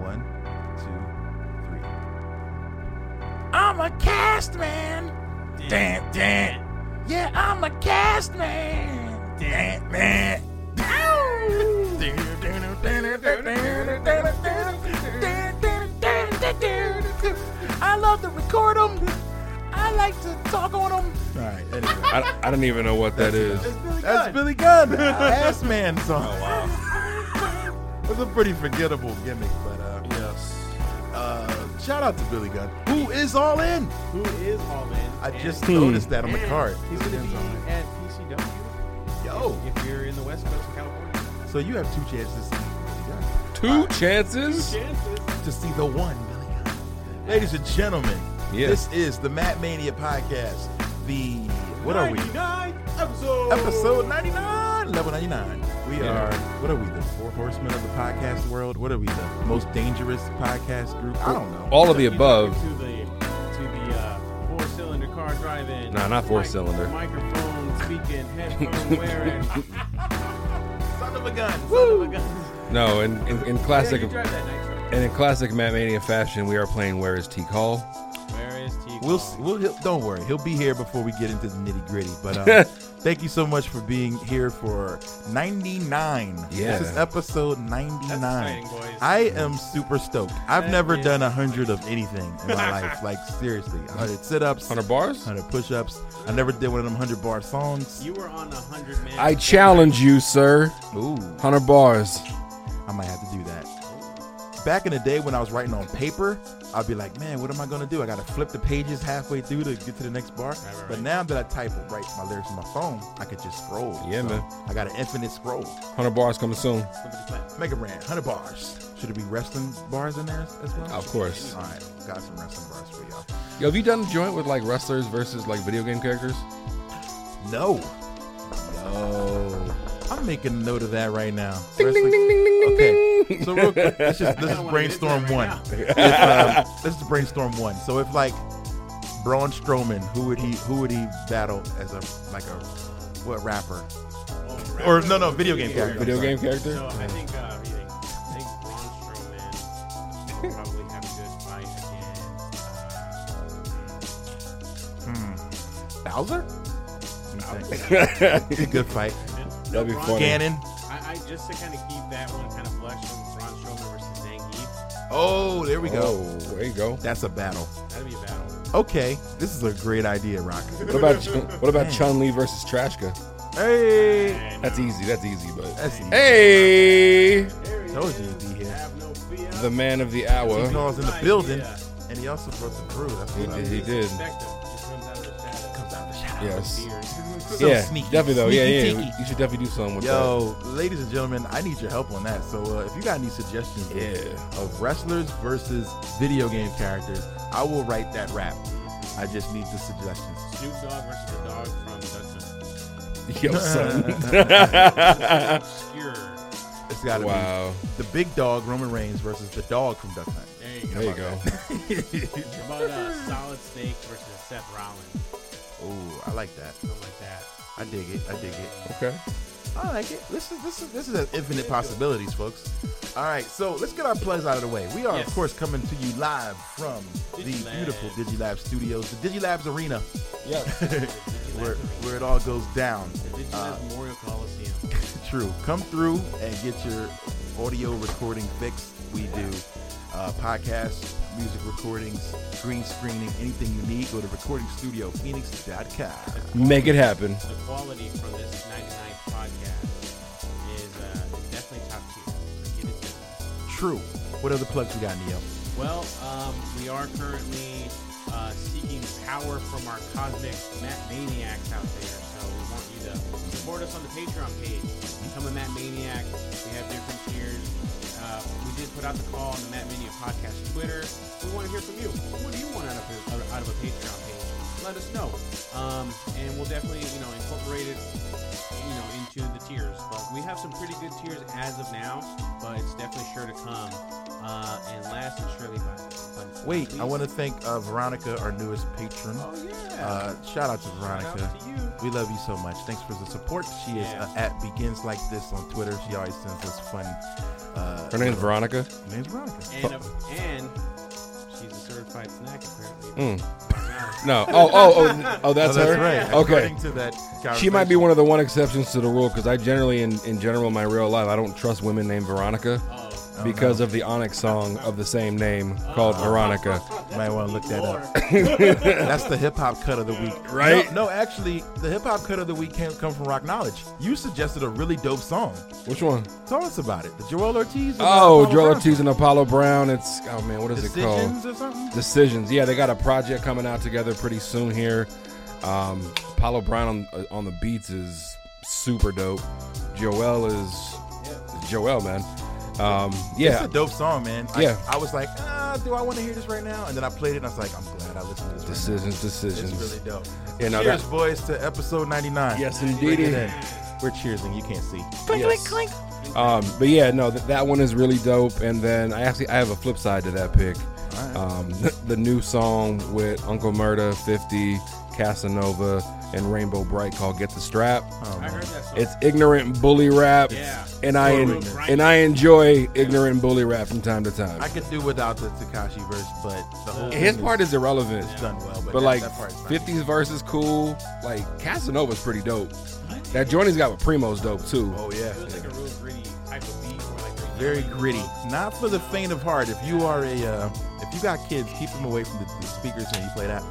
One, two, three. I'm a cast man. Damn, damn. Yeah, I'm a cast man. Damn, man. I love to record them. I like to talk on them. All right. Anyway, I, I don't even know what that is. That's Billy Gunn, Ass Man Oh, song. It's a pretty forgettable gimmick, but uh, Yes. uh, shout out to Billy Gunn, who is all in. Who is All In? I And- just noticed that on the and card. He's going to Billy be Gunn's all in. at PCW. Yo. If you're in the West Coast of California. So you have two chances to see Billy Gunn. Two chances? to see the one Billy Gunn. Ladies and gentlemen, Yeah. this is the Matt Mania podcast. The what are we? 99 episode. Episode 99, level 99. We Yeah. are, what are we, the four horsemen of the podcast world? What are we, the most dangerous podcast group? I don't know. All of the above. To the, to the uh, four cylinder car driving. Nah, not four-cylinder. Microphone speaking, headphone wearing. Son of a gun. No, in, in, in yeah, classic you drive that night truck. and in classic Matt Mania fashion, we are playing Where is T Call? Where is T? We'll, s- we'll he'll, don't worry. He'll be here before we get into the nitty gritty. But um, thank you so much for being here for 99. Yeah. This is episode 99. exciting, boys. I am super stoked. I've Heck never yeah. done done 100 of anything in my life. Like, seriously. 100 sit ups, 100 bars? 100 push ups. I never did one of them 100 bar songs. You were on a hundred man. I challenge you, sir. Ooh. 100 bars. I might have to do that. Back in the day when I was writing on paper, I'd be like, man, what am I gonna do? I gotta flip the pages halfway through to get to the next bar. But now that I type and write my lyrics on my phone, I could just scroll. Yeah, man. I got an infinite scroll. 100 bars coming soon. Mega Brand, 100 bars. Should it be wrestling bars in there as well? Of course. All right, got some wrestling bars for y'all. Yo, have you done a joint with like wrestlers versus like video game characters? No. Yo. I'm making a note of that right now. Wrestling- okay. So real quick, let's just let's just brainstorm one. If, um, let's just brainstorm one. So if like Braun Strowman, who would he who would he battle as a like a what rapper? Or no no video game character. I'm Video sorry. game character? So I think uh, I think I think Braun Strowman would probably have a good fight against. Bowser? Uh, It's a good fight. That'd be Braun- funny. Ganon. I, I just to kind of keep that one kind of flush on Braun Strowman versus Zangief. Oh, there we go. Oh, there you go. That's a battle. That'd be a battle. Okay. This is a great idea, Rocket. What about what about Chun Li versus Trashka? Hey. And uh, That's easy. That's easy, but That's easy. hey, there he Told is. you he'd be here. Have no fear. the man of the He hour. was in the building. And he also brought the brew. That's He what I did. He did. Respect him. Just comes out of the shadows. Yes. Beers. So yeah, sneaky. definitely though. Yeah, yeah. Sneaky You should definitely do something with Yo, ladies and gentlemen, I need your help on that. So uh, if you got any suggestions Yeah. of wrestlers versus video game characters, I will write that rap. I just need the suggestions. Snoop Dogg versus the dog from Dutchman. that. Yo, son. Obscure. It's got to wow. be the big dog Roman Reigns versus the dog from Duck Hunt. There you go. There you go. How about uh, Solid Snake versus Seth Rollins? Oh, I like that. Something like that. I dig it. I dig it. Okay. I like it. This is this is this is an infinite possibilities, folks. All right, so let's get our plugs out of the way. We are, of Yes. course, coming to you live from the Digilab. beautiful Digilab Studios, the Digilabs Arena, Yeah. where where it all goes down. Did you Uh, have Memorial Coliseum? True. Come through and get your audio recording fixed. We do uh, podcasts music recordings, green screening, anything you need, go to recordingstudiophoenix.com. Make it happen. The quality from this 99th podcast is uh, definitely top tier. Get it done. True. What other plugs we got, Neo? Well, um, we are currently uh, seeking power from our cosmic Matt Maniacs out there. So we want you to support us on the Patreon page. Become a Matt Maniac. We have different tiers. Uh, we did put out the call on the Matt Maniac podcast Twitter. We want to hear from you. What do you want out of a, out of a Patreon page? Let us know. Um, and we'll definitely, you know, incorporate it you know into the tiers but we have some pretty good tiers as of now but it's definitely sure to come uh, and last and surely but, but Wait, I want to thank uh, Veronica, our newest patron. oh yeah Uh, shout out to Shout out Veronica. to We you love you so much. Thanks for the support. She is Yeah. uh, at Begins Like This on Twitter. She always sends us fun. Uh, Her name's Veronica. her name's Veronica. and, uh, and she's a certified snack apparently Hmm. Mm. Wow. No. Oh, oh, oh, oh that's, Oh, that's her. right. Okay. According to that She might be conversation. one of the one exceptions to the rule because I generally, in, in general, in my real life, I don't trust women named Veronica oh, because of the Onyx song of the same name called Veronica. Might want to look that up. Lord. That's the hip hop cut of the week, Right? No, no, actually, the hip hop cut of the week can't come from Rock Knowledge. You suggested a really dope song. Which one? Tell us about it. The Joel Ortiz. and Oh, Apollo Joel Brown Ortiz and Apollo Brown. It's oh man, what is it called? Decisions or something. Decisions. Yeah, they got a project coming out together pretty soon here. Um, Apollo Brown on, uh, on the beats is super dope. Joel is Joel, man. Um, It's yeah, a dope song, man. I, Yeah. I was like, ah, do I want to hear this right now? And then I played it, and I was like, I'm glad I listened to this. right decisions, now. decisions. It's really dope. Yeah, no, Cheers, that- boys, to episode 99. yes, Look at indeed. that. We're cheersing. You can't see. Yes. Um, but yeah, no, th- that one is really dope. And then I actually I have a flip side to that pick. Um, the new song with Uncle Murda, Fifty, Casanova, and Rainbow Bright called "Get the Strap." I heard that song. It's ignorant bully rap, Yeah. and I en- Ignorant. and I enjoy ignorant bully rap from time to time. I could do without the Takashi verse, but the whole His thing part is irrelevant, is done well. But, but that, like that part is fine. 50's verse is cool. Like Casanova's pretty dope. That joint he's got with Primo's dope too. Oh yeah. it was like a real gritty type of beat where like the- Very gritty. Not for the faint of heart. If you are a, uh, if you got kids, keep them away from the, the speakers when you play that.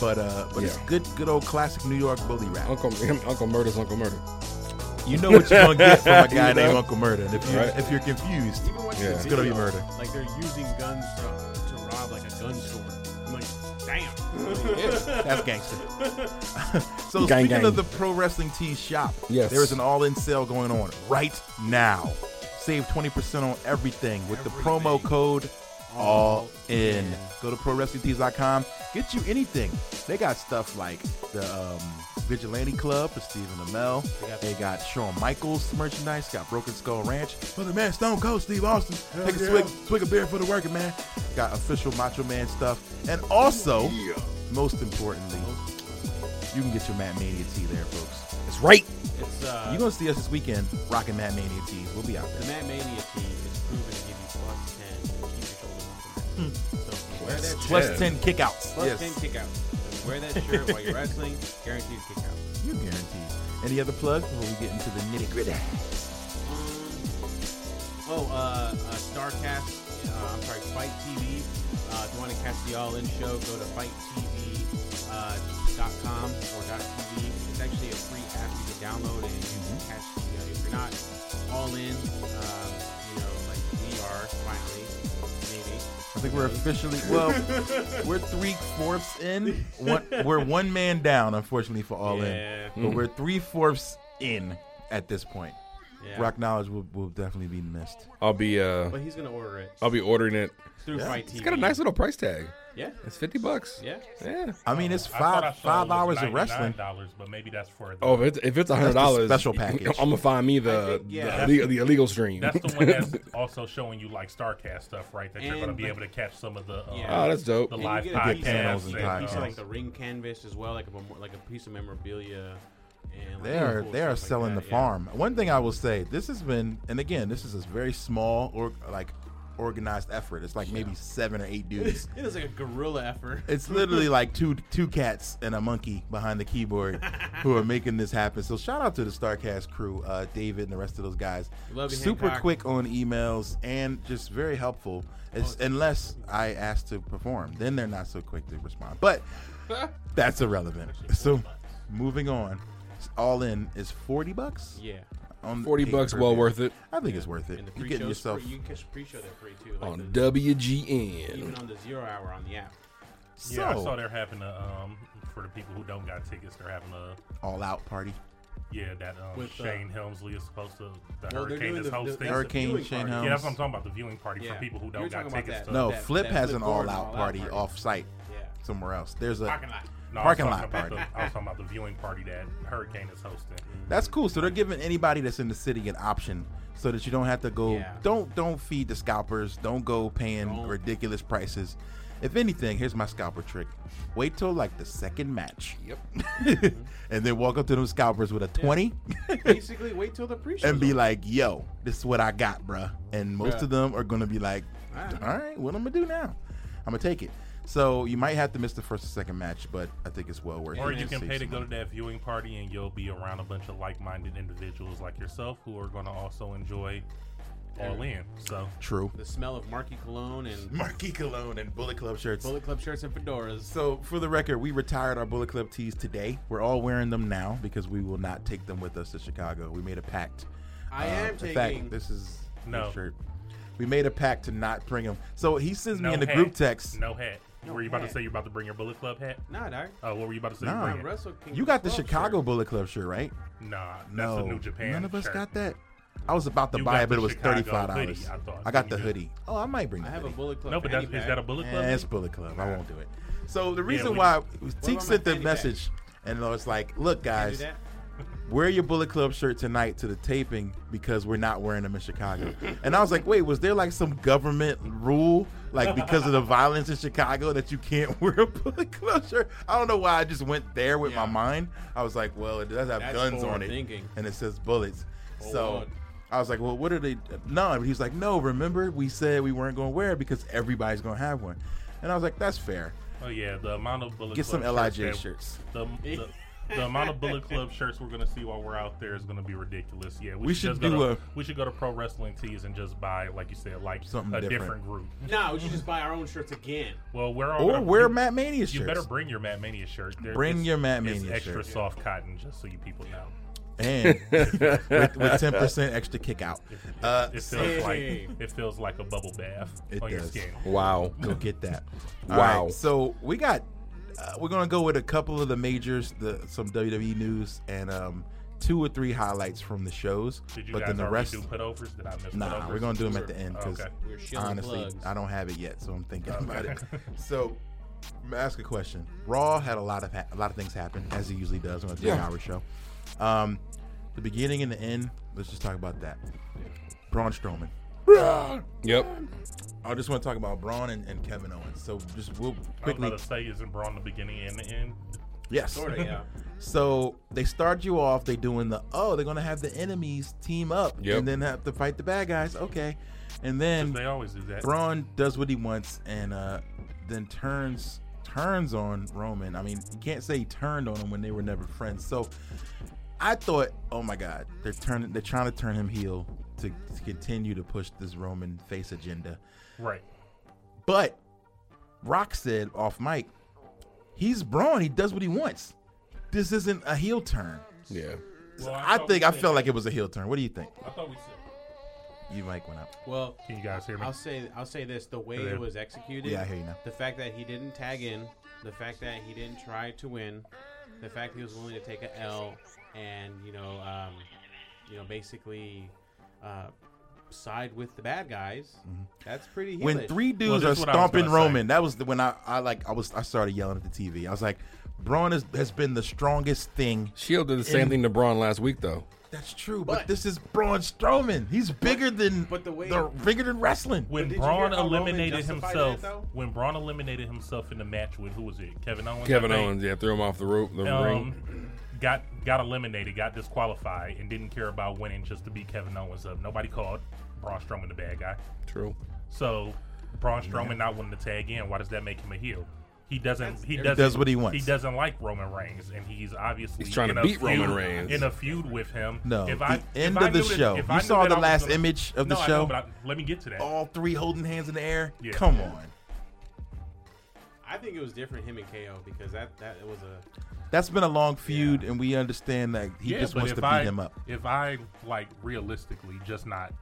But uh, but it's Yeah. good, good old classic New York bully rap. Uncle him, Uncle Murder's Uncle Murder. You know what you're gonna get from a guy You know? named Uncle Murder. And if you Right. if you're confused, Even watching Yeah. the It's gonna be video, murder. Like they're using guns to, to rob like a gun store. I'm like, damn. that's gangster. so Gang, speaking gang. of the pro wrestling tee shop, Yes. there is an all in sale going on right now. Save 20% on everything with the promo code all in. Go to prowrestlingtees.com. Get you anything. They got stuff like the um, Vigilante Club for Stephen Amell. They got, Shawn Michaels merchandise. Got Broken Skull Ranch for the man Stone Cold Steve Austin. Take a swig, swig of beer for the working man. Got official Macho Man stuff. And also, most importantly, you can get your Matt Mania tee there, folks. That's right. It's uh, You're going to see us this weekend rocking Matt Mania tees. We'll be out The there. Matt Mania team is proven to give you plus 10 to keep your shoulders off the mat. So wear that Plus shirt. 10 kickouts. Plus Hmm. yes. 10 kick out. So wear that shirt while you're wrestling. Guaranteed kick out. You're guaranteed. Any other plugs before we get into the nitty gritty? Oh, uh, uh, Starcast. Uh, I'm sorry, Fight TV. Uh, if you want to catch the All In show, go to fighttv.com uh, dot com or dot .tv. It's actually a free app you can download, and you can catch. You know, if you're not all in, um, you know, like we are finally, maybe. I think we're officially well. we're three fourths in. One, we're one man down, unfortunately for all Yeah. in. But we're three fourths in at this point. Yeah. Rock knowledge will, will definitely be missed. I'll be uh, But he's gonna order it Oh, I'll be ordering it. through Fight TV. It's got a nice little price tag. Yeah. It's fifty bucks. Yeah. Yeah. I mean, it's I thought I five saw it five was hours of wrestling. $99, but maybe that's for the, Oh, if it's if it's hundred the dollars, special package. I'm gonna find me the think, the yeah. the, the illegal stream. that's the one that's also showing you like Starcast stuff, right? That you're And going to be the- able to catch some of the uh, Yeah. oh, that's dope. the And you live get a piece of- podcasts and and piece podcasts. of like the ring canvas as well, like a memo- like a piece of memorabilia. And They are they are selling the farm. farm. One thing I will say, this has been, and again, this is a very small or like organized effort. It's like maybe seven or eight dudes. It is like a guerrilla effort. It's literally like two two cats and a monkey behind the keyboard who are making this happen. So shout out to the Starcast crew, uh, David and the rest of those guys. Love you, Super Hancock. quick on emails and just very helpful. It's, Oh. unless I ask to perform, then they're not so quick to respond. But that's irrelevant. So moving on, all in is forty bucks. Yeah. On 40 pay bucks, per well view. worth it. I think it's worth it. And the You're pre getting shows yourself. free, you can catch the pre show there free too. Like on the, WGN. even on the zero hour on the app. so, Yeah, I saw they're having a um for the people who don't got tickets, they're having a all out party. yeah that um, With, uh, Shane Helmsley is supposed to the Well, they're hurricane doing is the- the- hosting. that's the Hurricane viewing Shane party. Helms. yeah, that's what I'm talking about. The viewing party Yeah. for people who You were don't got talking about tickets. that. To, No, that- Flip that has Flip an Gordon all-out all-out party party. off-site Yeah. somewhere else. There's a Parking lot. no, I was parking talking lot about party. The, I was talking about the viewing party that Hurricane is hosting. That's cool. So they're giving anybody that's in the city an option, so that you don't have to go. Yeah. Don't don't feed the scalpers. Don't go paying Don't. ridiculous prices. If anything, here's my scalper trick: wait till like the second match, Yep. and then walk up to them scalpers with a twenty, Basically, wait till the pre show. and be like, "Yo, this is what I got, bruh." And most Bruh. of them are gonna be like, "All Alright. right, what I'm gonna do now? I'm gonna take it." So you might have to miss the first or second match, but I think it's well worth it. Or you Save can pay to some go money. to that viewing party and you'll be around a bunch of like minded individuals like yourself who are going to also enjoy All In. So, True. the smell of Marky Cologne and Marquee cologne and Bullet Club shirts. Bullet Club shirts and fedoras. So, for the record, we retired our Bullet Club tees today. We're all wearing them now because we will not take them with us to Chicago. We made a pact. I am In taking. uh, fact, this is No. your shirt. We made a pact to not bring them. So he sends no me in the hat. group text. No hat. No were you about hat. to say you're about to bring your Bullet Club hat? nah, dog. Oh, what were you about to say? Nah. you My bringing? Wrestle Kingdom You got the Club Chicago shirt. Bullet Club shirt, right? Nah, that's no, a New Japan. none of us shirt. got that. I was about to You buy got it, but the it was Chicago thirty-five dollars. hoodie, I thought. I got You the did. hoodie. Oh, I might bring. I the have a hoodie. Bullet Club. No, but that's, fanny is pack. that a Bullet Club? Eh, thing? it's Bullet Club. I won't do it. So the reason we- why Teak about sent my the fanny pack? message, and I was like, "Look, Can you guys, do that? wear your Bullet Club shirt tonight to the taping because we're not wearing them in Chicago. And I was like, wait, was there like some government rule, like because of the violence in Chicago, that you can't wear a Bullet Club shirt? I don't know why I just went there with Yeah. my mind. I was like, well, it does have That's guns on it, forward-thinking. Oh, and it says bullets. so. Lord. I was like, well, what are they? No, but he's like, no, remember we said we weren't going to wear it because everybody's going to have one. And I was like, that's fair. Oh yeah, the amount of Bullet Get Club some LIJ that- shirts. The, the, the amount of Bullet Club shirts we're gonna see while we're out there is gonna be ridiculous. Yeah, we, We just should do go a- to, we should go to pro wrestling tees and just buy like you said, like Something a different. different group. Nah, we should just buy our own shirts again. Well, we're all Or gonna- wear you- Matt Mania You shirts. better bring your Matt Mania shirt. There- Bring it's- your Matt it's Mania extra shirt. soft cotton, just so you people know. and with, with 10% extra kick out. Uh, It feels so- like Same. it feels like a bubble bath It on your does. skin. Wow. go get that. Wow. so we got uh, we're gonna go with a couple of the majors, the some WWE news, and um, two or three highlights from the shows. Did you but guys then the already rest, do putovers? Did I miss nah, putovers? we're gonna do them at the end Oh, because okay. We're shilling honestly, plugs. I don't have it yet, so I'm thinking about it. So. I'm gonna Ask a question. Raw had a lot of ha- a lot of things happen as it usually does on a three-hour show. Um, the beginning and the end. Let's just talk about that. Braun Strowman. Yep. I just want to talk about Braun and, and Kevin Owens. So just we'll I was quickly. about to say, isn't Braun the beginning and the end? Yes. Sort of, yeah. So they start you off. They doing the oh, they're gonna have the enemies team up Yep. and then have to fight the bad guys. Okay, and They then always do that. Braun does what he wants and uh, then turns turns on Roman. I mean, you can't say he turned on him when they were never friends. So I thought, oh my God, they're turning. They're trying to turn him heel to, to continue to push this Roman face agenda. Right. But Rock said off mic, he's Braun. He does what he wants. This isn't a heel turn. Yeah. Well, I thought think we I said- felt like it was a heel turn. What do you think? I thought we said. You mic went up. Well, Can you guys hear me? I'll say I'll say this: the way Yeah. it was executed. Yeah, I hear you now. The fact that he didn't tag in, the fact that he didn't try to win, the fact he was willing to take a L, and you know, um, you know, basically uh, side with the bad guys. That's pretty. Heelish. Mm-hmm. When three dudes that's are what I was stomping gonna say. Roman, that was the, when I, I like I was I started yelling at the TV. I was like, Braun is, has been the strongest thing. Shield did the same thing to Braun last week, though. That's true, But- but this is Braun Strowman. He's bigger than but the way- bigger than wrestling. when did you Braun hear how Roman eliminated justified himself, that, though? when Braun eliminated himself in the match with who was it? Kevin Owens. I Kevin think. Owens, yeah, threw him off the rope, the ring. Um, got got eliminated, got disqualified, and didn't care about winning just to beat Kevin Owens up. Nobody called. Braun Strowman the bad guy. True. So Braun Strowman not wanting to tag in, why does that make him a heel? He doesn't. he doesn't. does what he wants. He doesn't like Roman Reigns, and he's obviously He's trying to in a beat feud- Roman Reigns. in a feud with him. No, If the I, end if I of the knew that- show. if You I knew saw that the I was last gonna- image of the No, I show? know, but I- let me get to that. All three holding hands in the air. Yeah. Come on. I think it was different him and KO because that that it was a That's been a long feud, and we understand that he Yeah, just but wants if to beat I- him up. If I like realistically, just not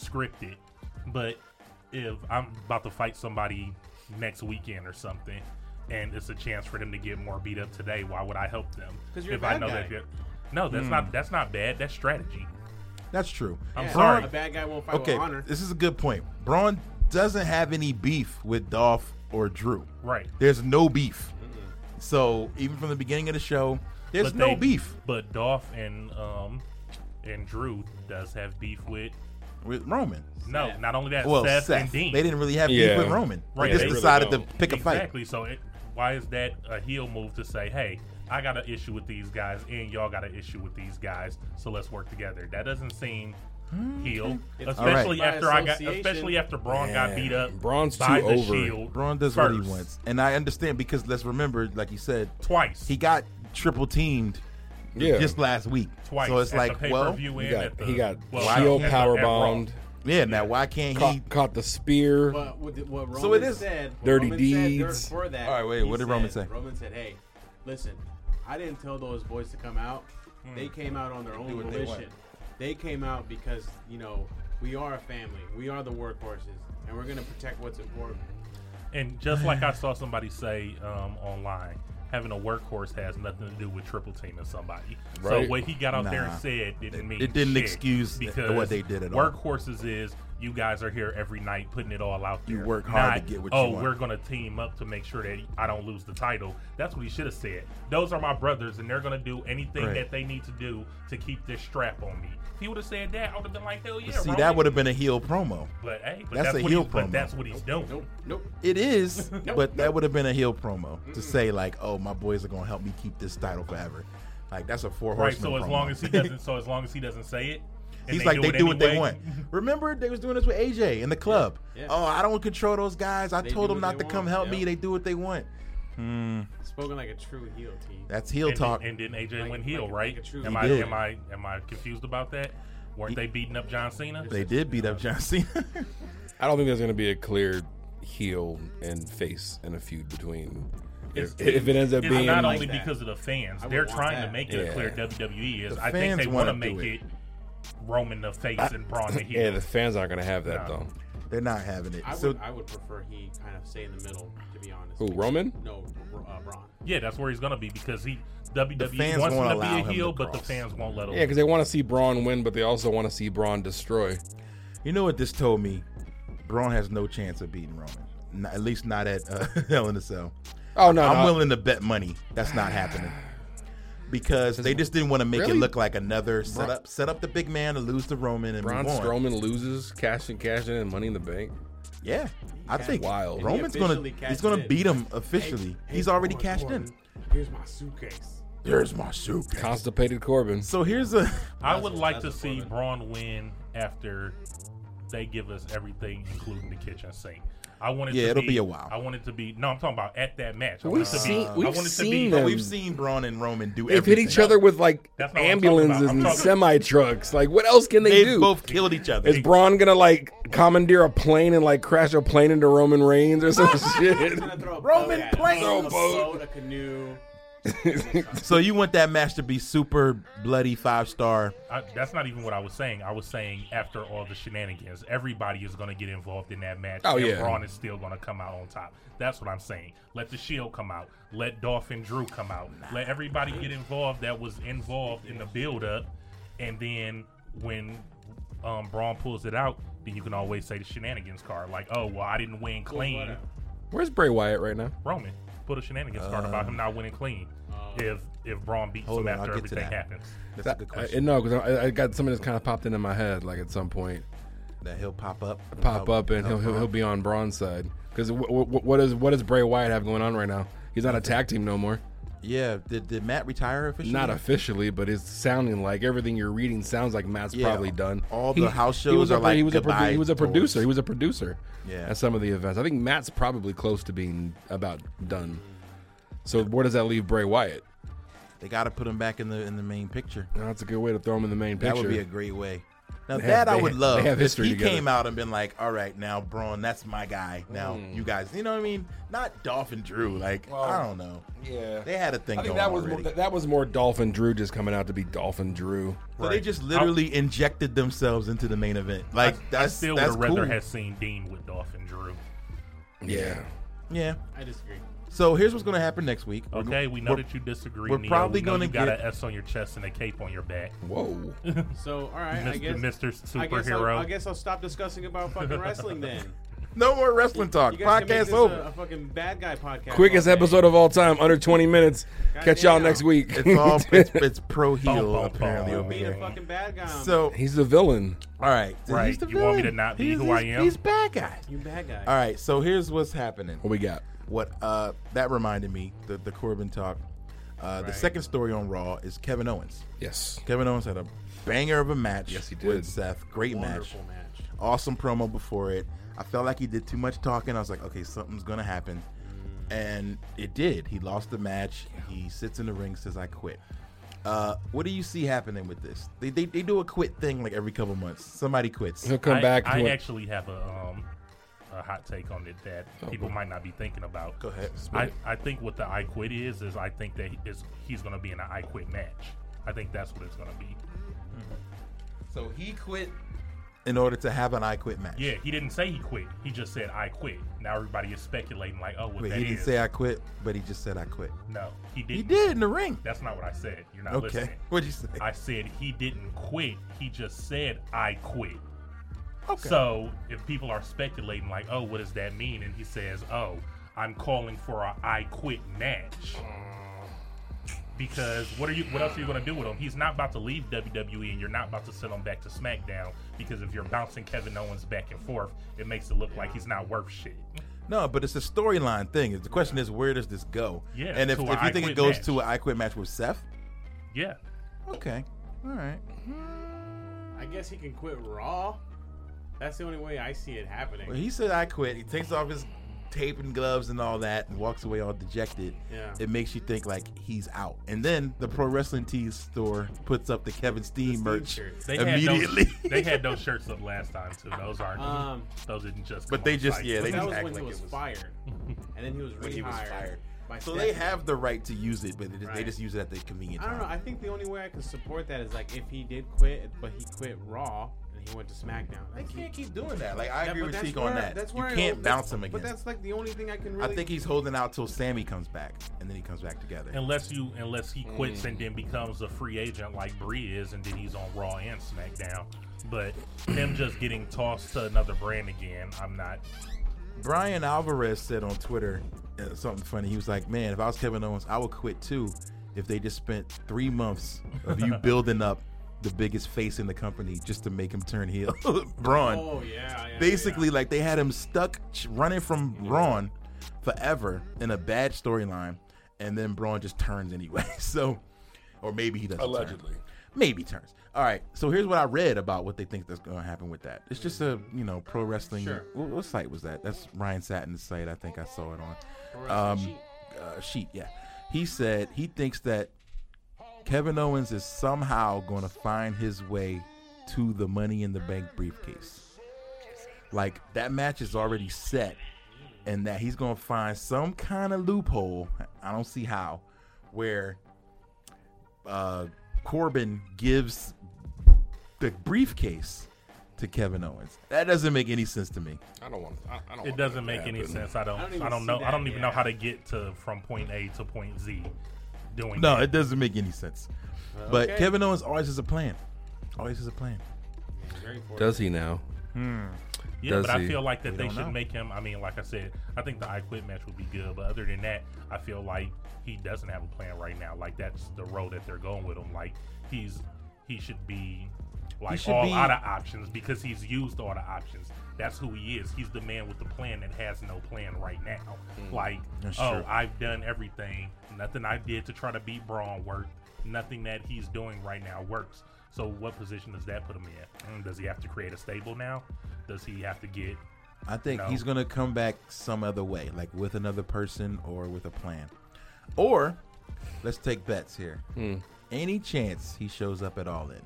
scripted, but if I'm about to fight somebody next weekend or something, and it's a chance for them to get more beat up today, why would I help them? 'Cause you're a if I bad know guy. that they're no, that's Hmm. not that's not bad. That's strategy. That's true. I'm yeah, sorry. A bad guy won't fight Okay, with honor. this is a good point. Braun doesn't have any beef with Dolph or Drew. Right. There's no beef. So even from the beginning of the show, there's But no they- beef But Dolph and um and Drew does have beef with with Roman. no, not only that, Well, Seth, Seth. and Dean. They didn't really have Yeah. beef with Roman. They Right, just they really decided to don't. pick a fight. exactly. So it, why is that a heel move to say, "Hey, I got an issue with these guys, and y'all got an issue with these guys, so let's work together"? That doesn't seem heel, especially All right. after I got, Association. especially after Braun got beat up. Braun's by too the over it. Shield Braun does first, what he wants, and I understand because let's remember, like you said, twice. he got triple teamed Yeah. just last week. twice. So it's at like, the well, pay-per-view he and got at the- he got well, shield at the- power at Raw. bombed. yeah. Now why can't Caught, he? caught the spear. But what, the, what Roman So it is- said, what Dirty Roman said there deeds. for that. All right, wait, he what did Roman said- say? Roman said, "Hey, listen, I didn't tell those boys to come out. They came out on their own what Hmm. they volition. want. They, came out because you know we are a family. We are the workhorses, and we're gonna protect what's important." And just like I saw somebody say um, online, having a workhorse has nothing to do with triple teaming somebody. Right. So what he got out there Nah. and said didn't mean it didn't shit excuse th- because what they did at all. Workhorses is you guys are here every night putting it all out there. You work hard to Not, get what you oh, want." we're gonna team up to make sure that I don't lose the title. That's what he should have said. Those are my brothers, and they're gonna do anything Right. that they need to do to keep this strap on me. If he would have said that, I would have been like, hell yeah. See, Roman. that would have been a heel promo. But hey, but that's that's, a what heel he, But promo. that's what he's doing. Nope, nope. It is, but that would have been a heel promo to say like, "Oh, my boys are gonna help me keep this title forever." Like that's a four Right. horsemen. So as promo. long as he doesn't, so as long as he doesn't say it, and he's like, "They do what they anyway, want." Remember, they was doing this with AJ in the club. Yeah. Oh, I don't control those guys. I They told do them what not to they come want. help me. Yep. They do what they want. Spoken like a true heel team. That's heel and, talk. Then, and then AJ Like- went heel, like- right? like a true am He I did. am I am I confused about that? Weren't they beating up John Cena? they did beat up John Cena. I don't think there's gonna be a clear heel and face in a feud between. If, It's- if it ends up It's being not like only that. because of the fans. I would They're want trying that. to make it Yeah. a clear WWE is. The I think fans they want wanna to do make it. it Roman the face and Braun the yeah, heel. the fans aren't gonna have that No. though. They're not having it. I so would, I would prefer he kind of stay in the middle, to be honest. Who Roman? No, uh, Braun. Yeah, that's where he's gonna be because he WWE fans wants him won't to be allow a him to heel, but the cross. fans won't let him. Yeah, because they want to see Braun win, but they also want to see Braun destroy. you know what this told me? Braun has no chance of beating Roman. Not, at least not at uh, Hell in a Cell. Oh no, I'm no. willing to bet money that's not happening because they just didn't want to make Really? it look like another setup. Set up the big man to lose to Roman and Braun move on. Strowman loses, cash in, cash in, and money in the bank. Yeah, I think wild. Roman's He gonna officially he's cashed gonna in. beat him officially. Hey, he's hey, already Gordon, cashed in. Gordon, Here's my suitcase. There's my suit. Constipated Corbin. So here's a I would like to that's a see woman. Braun win after they give us everything, including the kitchen sink. I wanted Yeah, to it'll be, be a while. I wanted to be. No, I'm talking about at that match. I We've want it to be- seen- I we've want it to seen be, them. we've seen Braun and Roman do. They've hit everything. each other with like That's not what I'm talking ambulances about. I'm and talking- semi trucks. Like, what else can they They've do? both killed each other. Is Braun gonna like commandeer a plane and like crash a plane into Roman Reigns or some shit? He's gonna throw a Roman boat at him. planes. Throw a Throw boat, a canoe. so you want that match to be super bloody five star? I, that's not even what I was saying. I was saying after all the shenanigans, everybody is going to get involved in that match. Oh, and yeah. Braun is still going to come out on top. That's what I'm saying. Let the Shield come out. Let Dolph and Drew come out. Let everybody get involved that was involved in the build up, and then when um, Braun pulls it out, then you can always say the shenanigans card, like, "Oh, well, I didn't win clean." Where's Bray Wyatt right now? Roman put a shenanigans card about him not winning clean. if if Braun beats Uh. Hold him on, I'll get after to everything that. happens, That's a good I, question. uh, no, because I, I got something that's kind of popped into my head like at some point. that he'll pop up, pop up and he'll he'll, he'll be on Braun's side. Because what is what does Bray Wyatt have going on right now? He's not a tag team no more. Yeah. Did, did Matt retire officially? Not officially, but it's sounding like everything you're reading sounds like Matt's Yeah, probably done. all the house he was shows a, are pro- like he was a, pro- goodbye he was a tours. producer. He was a producer. Yeah. At some of the events, I think Matt's probably close to being about done. So where does that leave Bray Wyatt? They got to put him back in the in the main picture. Now, that's a good way to throw him in the main That picture. would be a great way. Now They have- that I they would ha- love. they have if history he together. came out and been like, "All right, now Braun, that's my guy. Now you guys, you know what I mean? Not Dolph and Drew. Like I don't know. yeah. they had a thing I think going that on was more, already. that was more Dolphin Drew just coming out to be Dolphin Drew. so they just literally injected themselves into the main event. Like I that's still would that's have rather cool. have seen Dean with Dolph and Drew. Yeah. Yeah. I disagree. So here's what's gonna happen next week. We're Okay, go- we know we're- that you disagree. we're Neo. probably we know gonna you got get- an S on your chest and a cape on your back. Whoa. So, all right, I Mr. guess Mr. I guess, I'll, Superhero. I guess I'll stop discussing about fucking wrestling then. no more wrestling talk. You guys can make Podcast this uh, over. A, a fucking bad guy podcast. Quickest all day. episode of all time, under 20 minutes. Catch y'all Goddamn. next week. It's all it's, it's pro heel bum, apparently bum. over Be the here. fucking bad guy. on- So He's the villain. all right, so Right, He's the you want me to villain. not be He's- who I he's- am? He's bad guy. you bad guy. All right, so here's what's happening. What we got? What uh that reminded me the the Corbin talk. Uh, The Right. second story on Raw is Kevin Owens. Yes. Kevin Owens had a banger of a match. Yes, he With did. Seth, great match, Wonderful match. awesome promo before it. I felt like he did too much talking. I was like, okay, something's gonna happen, Mm. and it did. He lost the match. He sits in the ring, says, "I quit." Uh, what do you see happening with this? They, they, they do a quit thing like every couple months. Somebody quits. He'll come I, back. I when- actually have a um a hot take on it that people might not be thinking about. Oh, Go ahead. I, I think what the I quit is is I think that he is he's gonna be in an I quit match. I think that's what it's gonna be. So he quit in order to have an I quit match. Yeah, he didn't say he quit. He just said I quit. Now everybody is speculating like, oh, what Wait, that he didn't is. say I quit, but he just said I quit. no, he didn't. He did in the ring. That's not what I said. You're not Okay. listening. What'd you say? I said he didn't quit. He just said I quit. Okay. So if people are speculating like, oh, what does that mean? And he says, oh, I'm calling for a I quit match. Uh. Because what are you? What else are you going to do with him? He's not about to leave WWE, and you're not about to send him back to SmackDown. Because if you're bouncing Kevin Owens back and forth, it makes it look like he's not worth shit. No, but it's a storyline thing. The question is, where does this go? Yeah, And if, to if a you I think it Quit goes match. to an I quit match with Seth, Yeah, okay. All right. I guess he can quit Raw. That's the only way I see it happening. Well, he said I quit. He takes off his tape and gloves and all that and walks away all dejected. Yeah. It makes you think like he's out. And then the pro wrestling tees store puts up the Kevin Steen merch shirts. they immediately. Uh. Had those, they had those shirts up last time too. Those aren't. Um, those didn't just. But come they on just- site. yeah, they that just was act when like he was it was- fired, and then he was rehired. he was fired. By so they Stephanie. have the right to use it, but they just, they Right. just use it at the convenient I time. don't know. I think the only way I can support that is like if he did quit, but he quit Raw and he went to SmackDown. They can't keep doing that. Like I That- agree but with that's Teak on where- that. That's you where I- can't that's- bounce him again. But that's like the only thing I can I really. think he's holding out till Sammy comes back, and then he comes back together. Unless you, unless he quits Mm. and then becomes a free agent like Bree is, and then he's on Raw and SmackDown. But him just getting tossed to another brand again, I'm not. Brian Alvarez said on Twitter uh, something funny. He was like, "Man, if I was Kevin Owens, I would quit too. If they just spent three months of you building up the biggest face in the company just to make him turn heel, Braun. Oh yeah. yeah, Basically, like they had him stuck ch- running from Braun forever in a bad storyline, and then Braun just turns anyway. So, or maybe he doesn't. turn. Allegedly. maybe turns. All right. So here's what I read about what they think that's going to happen with that. It's just a you know pro wrestling. Sure. What, what site was that? That's Ryan Satin's site. I think I saw it Pro on. Um, Wrestling uh, sheet. Yeah. He said he thinks that Kevin Owens is somehow going to find his way to the Money in the Bank briefcase. Like that match is already set, and that he's going to find some kind of loophole. I don't see how, where uh, Corbin gives the briefcase to Kevin Owens. That doesn't make any sense to me. I don't want. I, I don't It want doesn't that make to any happen. sense. I don't. I don't even I don't see know. I that, don't even know yeah. how to get to from point A to point Z. Doing No, that. it doesn't make any sense. But Okay. Kevin Owens always has a plan. Always has a plan. yeah, very fortunate. Does he now? Yeah, Does but I he? feel like that they e- don't should know. make him. I mean, like I said, I think the I Quit match would be good, but other than that, I feel like he doesn't have a plan right now. Like that's the road that they're going with him. Like he's he should be like should all be- out of options because he's used all the options. That's who he is. He's the man with the plan that has no plan right now. Like, Hmm. That's oh, true. I've done everything. Nothing I did to try to beat Braun worked. Nothing that he's doing right now works. So, what position does that put him in? Mm, Does he have to create a stable now? Does he have to get? I think No. he's gonna come back some other way, like with another person or with a plan. Or let's take bets here. Any chance he shows up at all in?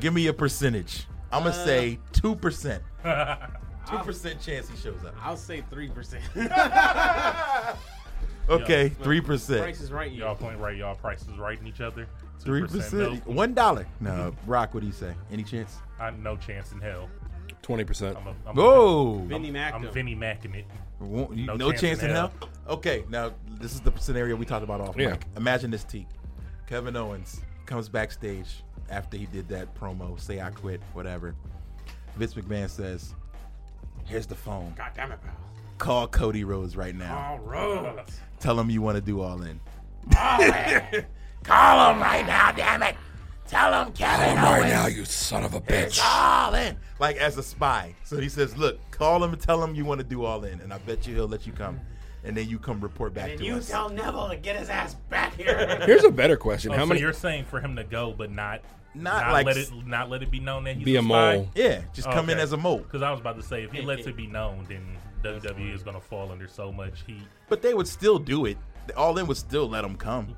Give me a percentage. I'm gonna say two percent. Two percent chance he shows up. I'll say three percent. Okay, three Price percent. is right. You. Y'all playing right? Y'all prices right in each other? Three 2% percent. No, One dollar. No, Rock. What do you say? Any chance? I, no chance in hell. Twenty percent. I'm a, I'm a- Whoa. Vinny Mac. I'm though. Vinny Mackin' it. Won't- you- No, No chance, in hell. Okay, now this is the scenario we talked about off Yeah. mic. Imagine this, T. Kevin Owens comes backstage after he did that promo, say I quit, whatever. Vince McMahon says, "Here's the phone. God damn it, pal. Call Cody Rhodes right now. All right. Tell him you want to do All In." Call him right now, damn it. Tell him Kevin Owens. you son of a bitch. All in, like as a spy. So he says, "Look, call him and tell him you want to do All In, and I bet you he'll let you come." And then you come report back And to you us. tell Neville to get his ass back here. Here's a better question: Oh, How so many? you're saying for him to go, but not Not like let s- it not let it be known that he's Be a mole. yeah, just come in as a mole. Because I was about to say, if he lets it be known, then WWE is gonna fall under so much heat. But they would still do it. All in would still let him come.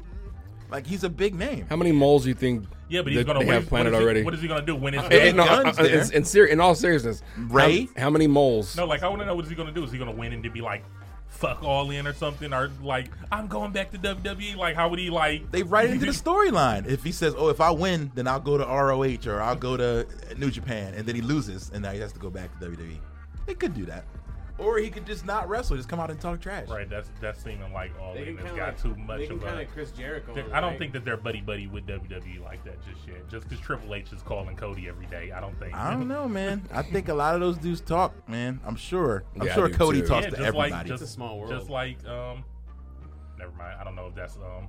Like he's a big name. How many moles do you think? Yeah, but he's that gonna they what have is- planted what is he- already? what is he gonna do when it's Eh, done? no, Guns I- I- there. in, in ser- in all seriousness, Ray? How, how many moles? No, like I want to know what is he gonna do? Is he gonna win and then be like, "Fuck all in" or something, or like, "I'm going back to WWE"? Like, how would he like? They write it into the storyline. If he says, "Oh, if I win, then I'll go to ROH or I'll go to New Japan," and then he loses, and now he has to go back to WWE. They could do that, or he could just not wrestle, just come out and talk trash. Right, that's that's seeming like all They can in has kind of got like, too much they can of kind a. of Chris Jericho. There- him, I don't right? think that they're buddy buddy with WWE like that just yet. Just because Triple H is calling Cody every day, I don't think. I don't know, man. I think a lot of those dudes talk, man. I'm sure. I'm Yeah, I sure do Cody too. talks yeah, to just everybody. like just It's a small world. Just like um, never mind. I don't know if that's um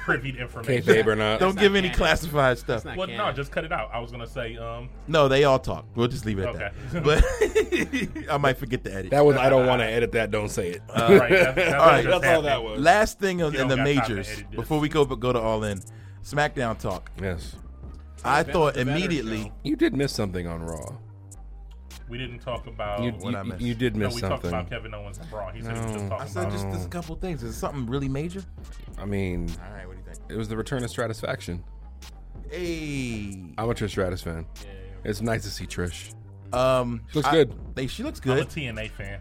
privied Hey, information. babe or not? Don't not give any canon. classified stuff. not Well, no, canon. just cut it out. I was gonna say um, No, they all talk. We'll just leave it at that. But I might forget to edit. That was I don't want to edit that. Don't say it. right, that's, that's all, right. That's all that was. Last thing on, You in the don't got time to majors edit this. before we go but go to all in SmackDown talk. Yes, I thought the better immediately. you did miss something on Raw. We didn't talk about. You what you, Oh, I missed? you did no, miss we talked something. about Kevin Owens and Braun. He said we No. just I talking said about. just, just a couple things. Is it something really major? I mean, All right, what do you think? it was the return of Stratisfaction. Hey, I'm a Trish Stratus fan. It's nice to see Trish. um, She looks I- good. They, she looks I'm a good. TNA fan.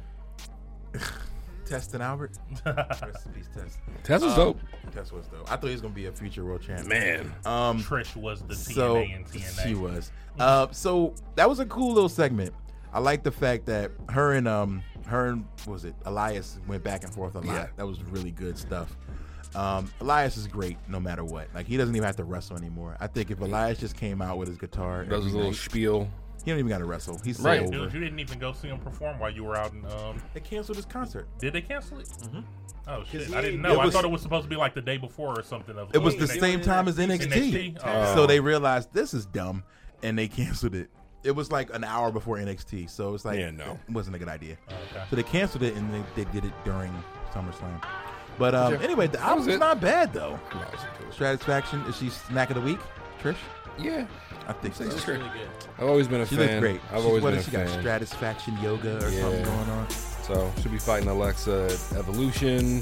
Testing Albert. Rest in peace, Test. Tess Uh, was dope. Test was though. I thought he was gonna be a future world champion. Man, uh, Trish was the TNA Um, so and TNA. she was. Uh, so that was a cool little segment. I like the fact that her and um her and what was it Elias went back and forth a lot. Yeah. That was really good stuff. Um, Elias is great no matter what. Like he doesn't even have to wrestle anymore. I think if Elias just came out with his guitar, that was a every little night, spiel. he don't even got to wrestle. He's Right. so over. Dude, you didn't even go see him perform while you were out in. Um, They canceled his concert. did they cancel it? Mm-hmm. Oh shit! he I didn't ain't- know. It I was- thought it was supposed to be like the day before or something. Of It was the Hey, same time as NXT, NXT? Oh. so they realized this is dumb, and they canceled it. It was like an hour before NXT, so it's like Yeah, no. it wasn't a good idea. okay. So they canceled it, and they, they did it during SummerSlam. But um, anyway, the That was album's it. not bad though. No, it wasn't Trish. Satisfaction is she snack of the week, Trish? Yeah, I think so. Say She Trish. Really good. I've always been a fan. looks great. I've She's- always what been a does she got? fan. Stratisfaction yoga or something Yeah. going on. So should be fighting Alexa at Evolution.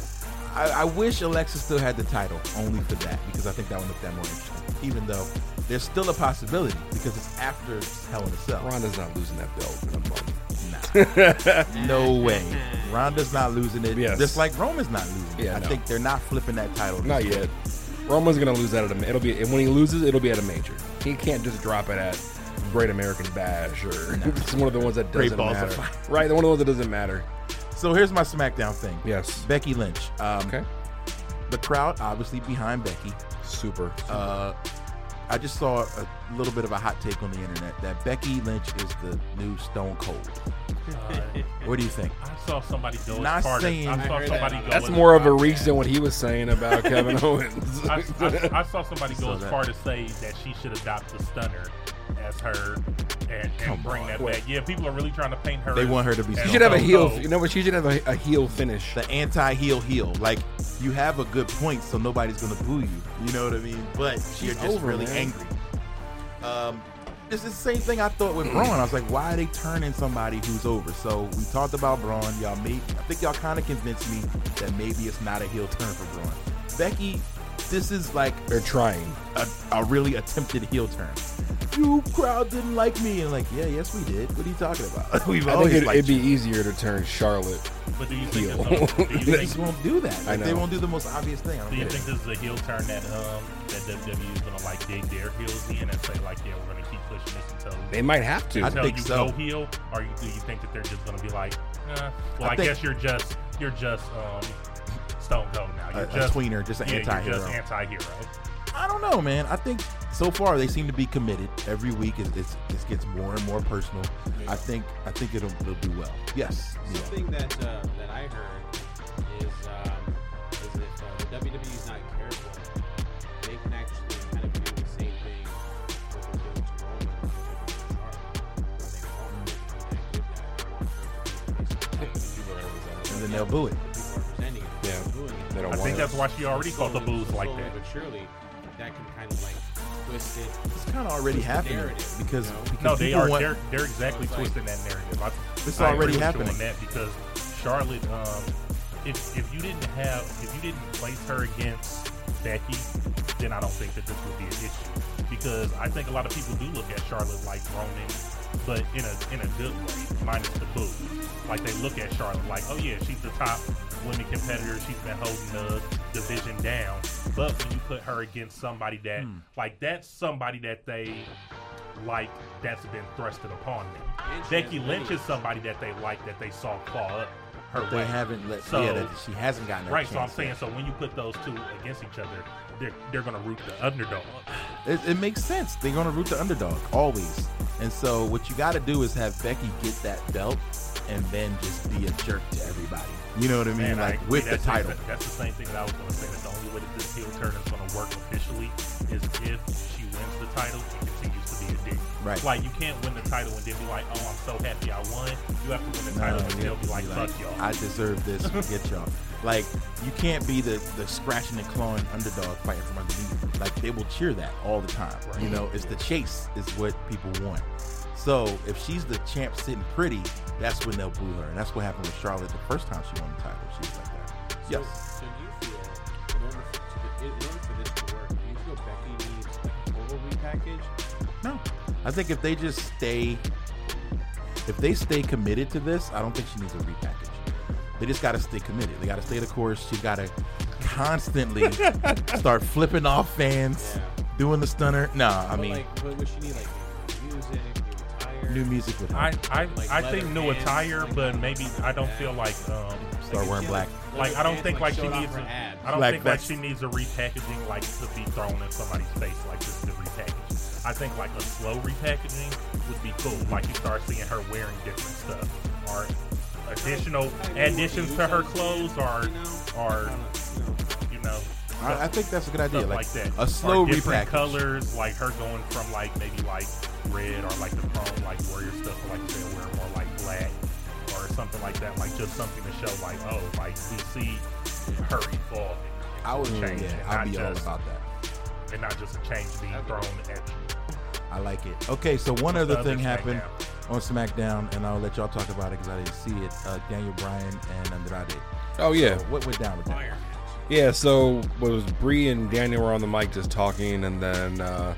I, I wish Alexa still had the title only for that because I think that would make that more interesting. Even though there's still a possibility because it's after Hell in a Cell. Ronda's not losing that belt in a month. No way. Ronda's not losing it. Yes. Just like Roman's not losing it. Yeah, I no. think they're not flipping that title. Not yet. Roman's gonna lose that at a. It'll be and when he loses, it'll be at a major. He can't just drop it at Great American Bash or it's one of the ones that Great doesn't Balls of matter. Fire. Right, the one of the ones that doesn't matter. So here's my SmackDown thing. Yes. Becky Lynch. Um, Okay. The crowd obviously behind Becky. Super. Uh, I just saw a little bit of a hot take on the internet that Becky Lynch is the new Stone Cold. what do you think? I saw somebody go as Not hard. saying- As, I I saw heard that. somebody go. That's as- more of a reach than what he was saying about Kevin Owens. I, I, I saw somebody go Saw as that. far to say that she should adopt the stunner as her and, and bring that back. Yeah, people are really trying to paint her. They as- want her to be as strong. She should have a heel. hoe. You know what? She should have a, a heel finish. the anti heel heel. Like you have a good point, so nobody's gonna boo you. You know what I mean? But you're just over, really man. angry. Um, it's the same thing I thought with Braun. I was like, why are they turning somebody who's over? So we talked about Braun. Y'all made. I think y'all kind of convinced me that maybe it's not a heel turn for Braun. Becky, this is like They're trying. a, a really attempted heel turn. You crowd didn't like me, and like, yeah, yes we did. What are you talking about? We've I think always it, liked it'd be you. easier to turn Charlotte. But do you think? heel. It's, um, do you They think just won't do that. I Like, They know. won't do the most obvious thing. I don't Do you get it. think this is a heel turn that um that WWE is gonna like dig their heels in and say like yeah we're gonna keep pushing this until They might have to. I until think you so. go heel or you, do you think that they're just gonna be like eh, well I, I think- guess you're just you're just um Stone Cold now a, you're a just tweener, just an yeah, anti-hero. you're just anti-hero I don't know, man. I think so far they seem to be committed. Every week it, it's, it gets more and more personal. I think I think it'll, it'll do well. Yes. Yeah. Something that uh, that I heard is um, is if uh, the WWE's not careful, they can actually kind of do the same thing with the Roman And then they'll boo it. Yeah. They They don't I want think it. that's why she already called the booze like slowly that But surely, that can kind of like twist it. It's kind of already It's the happening narrative, because, you know? because no they people are want- they're, they're exactly It's like- twisting that narrative I, This I already agree with you happening. on that because Charlotte um if if you didn't have if you didn't place her against Becky then I don't think that this would be an issue because I think a lot of people do look at Charlotte like Roman, but in a in a good way, minus the boo. Like they look at Charlotte like, oh yeah, she's the top women competitor. She's been holding the division down. But when you put her against somebody that Hmm. like that's somebody that they like that's been thrusted upon them. And she Becky has Lynch is lineage. somebody that they like that they saw claw up her They way. haven't let. So- yeah, that she hasn't gotten her Right, so I'm chance saying, yet. so when you put those two against each other, they're they're gonna root the underdog. It, it makes sense. They're going to root the underdog always. And so what you got to do is have Becky get that belt and then just be a jerk to everybody. You know what I mean? Man, I like agree. with the That's title. exa- that's the same thing that I was gonna say. That the only way that this heel turn is gonna work officially is if she wins the title and continues to be a dick. Right. Like you can't win the title and then be like, oh, I'm so happy I won. You have to win the title Oh, and still be like, fuck y'all. I deserve this. Get y'all. Like, you can't be the, the scratching and clawing underdog fighting from underneath. Like, they will cheer that all the time. You know, it's the chase is what people want. So if she's the champ sitting pretty, that's when they'll boo her. And that's what happened with Charlotte the first time she won the title. She was like that. So, Yes. So you feel in order for, to, in order for this to work, do you feel Becky needs like a total repackage? No. I think if they just stay if they stay committed to this, I don't think she needs a repackage. They just gotta stay committed. They gotta stay the course. She gotta constantly start flipping off fans, Yeah. doing the stunner. Nah, I But, mean like, but would she need like new music, new attire? new music with her. I I, Like I think leather new pants, attire, like- but maybe I don't feel like um start wearing black. like I don't think like she showed off needs her a, abs. I don't Like think like that's- she needs a repackaging like to be thrown in somebody's face like this is the repackaging. I think like a slow repackaging would be cool. Like you start seeing her wearing different stuff or additional additions to her clothes or or you know I, I think that's a good idea. stuff Like, like that. a slow or different repackage. colors, like her going from like maybe like red or like the chrome like warrior stuff, or like they'll wear more like black or something like that. Like just something to show like oh like we see her evolving. I would change yeah, and I'll not be all just about that. and not just a change being thrown at you. I like it. Okay, so one What's the other other thing happened SmackDown? on SmackDown, and I'll let y'all talk about it because I didn't see it. Uh, Daniel Bryan and Andrade. Oh yeah. So what went down with that? Yeah, so what was Bree and Daniel were on the mic just talking, and then uh,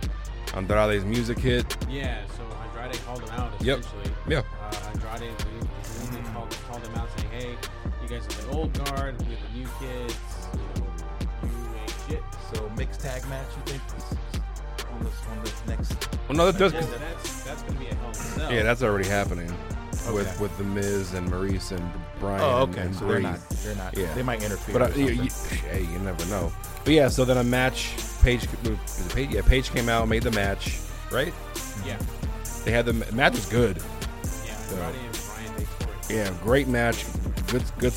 Andrade's music hit. Yeah, so Andrade called him out Yep. essentially. Yeah. Uh, Andrade really called, called him out saying, hey, you guys are the old guard, we're the new kids, you know, you ain't shit. So mixed tag match, you think is on this on this next? Well, no, that does. Yeah, so that's, that's going to be a hell of a sell. Yeah, that's already happening with Okay. with the Miz and Maurice and Brian. And So Oh, they're Bree. not. They're not. Yeah. They might interfere. But I, or you, something. you, hey, you never know. But yeah, so then a match. uh, Page, Page, yeah, Page came out, made the match. Right? yeah. They had the match was good. Yeah, Andrade and Brian, they scored. Yeah, great match. Good I'm good gonna have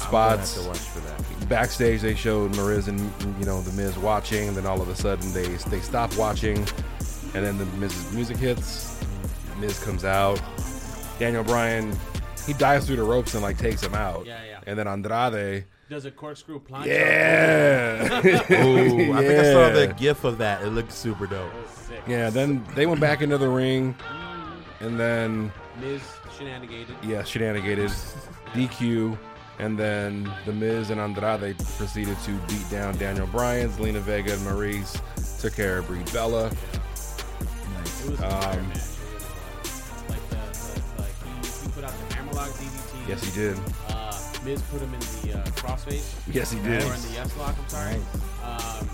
spots. to watch for that. backstage they showed Mariz and you know the Miz watching, and then all of a sudden they they stop watching, and then the Miz's music hits. Miz comes out. Daniel Bryan, he dives through the ropes and like takes him out. Yeah, yeah. And then Andrade, Does a corkscrew plancha. yeah, Ooh, I think I saw the Yeah. gif of that. It looked super dope. That was sick. yeah. Then they went back into the ring, and then Miz shenanigated. yeah, shenanigated, DQ, and then The Miz and Andrade proceeded to beat down Daniel Bryan, Zelina Vega, and Maurice. Took care of Brie Bella. It was a fire match. It was, uh, Like the, the like he, he put out the hammerlock DDT. Yes, he did. Uh, Miz put him in the uh, crossface. Yes, he did. Or in the yes lock. I'm sorry. Um,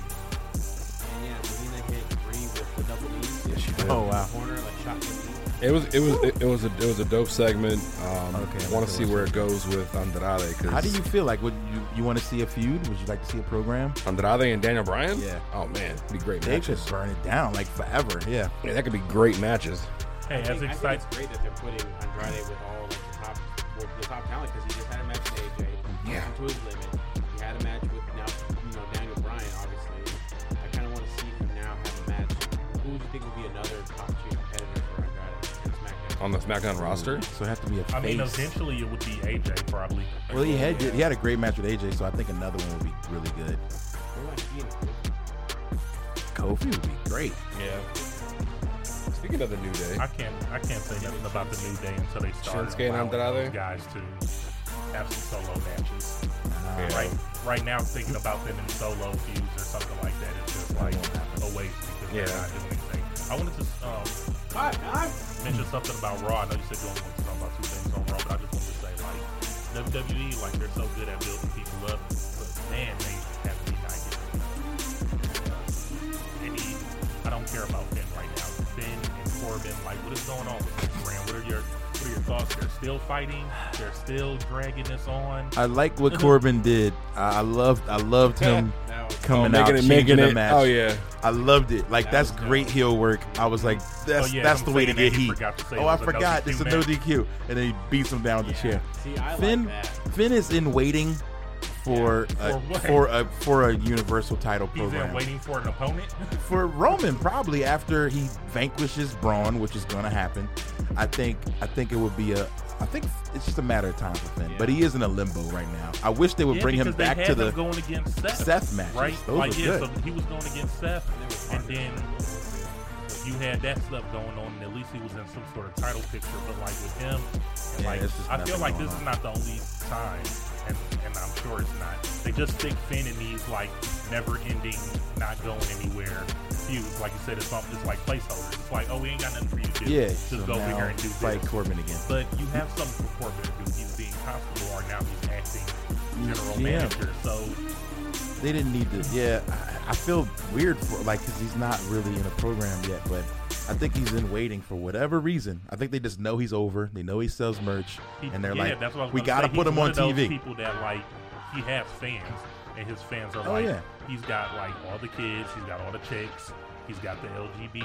and yeah, Melina hit Bree with the double knee. Yes, she did. Oh wow. Corner like shotgun knee. It was it was it, it was a it was a dope segment. Um, Okay, I want that's to see what where it goes with Andrade because How do you feel? Like, would you you want to see a feud? Would you like to see a program? Andrade and Daniel Bryan? Yeah. Oh man, it'd be great They matches. just burn it down like forever. Yeah. Yeah, that could be great matches. Hey, I think, as I think excited. it's great that they're putting Andrade with all like, the top with the top talent because he just had a match with AJ. He Yeah. went To his limit, he had a match with now you know Daniel Bryan. Obviously, I kind of want to see him now have a match. Who do you think would be another top tier competitor for Andrade on SmackDown? On the SmackDown roster, So it has to be a face. I mean, eventually it would be AJ probably. well, he had he had a great match with AJ, so I think another one would be really good. Who do I see in the group? Kofi would be great. speaking of the New Day, I can't. I can't say nothing about the new day until they start Shinsuke and allowing Andrade? those guys to have some solo matches. Right. Right now, thinking about them in solo feuds or something like that is just like a waste because Yeah. they're not doing anything. I wanted to um, mention something about Raw. I know you said you only wanted to talk about two things on Raw, but I just wanted to say like WWE, like they're so good at building people up, but man, they have united. uh, And he, I don't care about Finn right now. Finn and Corbin, like what is going on with this brand? What are your what are your thoughts? They're still fighting. They're still dragging this on. I like what Corbin did. I I loved I loved him That was- coming out, Oh, it, changing the it. match. Oh yeah, I loved it. Like That that's was dope. great heel work. I was like, that's Oh, yeah, that's I'm the way to saying get that he heat. forgot to say it Oh, I was a no forgot. DQ It's a no match. DQ, and then he beats him down with the chair. See, I Finn, like that. Finn is in waiting for For a, what? for a for a universal title He's in program waiting for an opponent. for Roman probably after he vanquishes Braun, which is going to happen. I think I think it would be a I think it's just a matter of time for Finn, but he is in a limbo right now. I wish they would Yeah, bring him because they back had to him the going against Seth, Seth matches. right? Those like, were yeah, good. so he was going against Seth, and then you had that stuff going on. And at least he was in some sort of title picture. But like with him, and Yeah, like it's just I feel nothing like going this on. is not the only time, and, and I'm sure it's not. They just stick Finn in these like never-ending, not going anywhere feuds. Like you said, it's, all- it's like placeholders. It's like, oh, we ain't got nothing for you to do. yeah. just so go over now here and do fight this. Corbin again. But you have something for Corbin to do. He's being constable, or now he's acting general Yeah. manager. So They didn't need to. Yeah, I, I feel weird for like because he's not really in a program yet, but. I think he's in waiting for whatever reason. I think they just know he's over. They know he sells merch, he, and they're yeah, like, that's what I was "We gonna gotta say. He's put him one on of those TV." People that like he has fans, and his fans are Oh, like, yeah. he's got like all the kids, he's got all the chicks, he's got the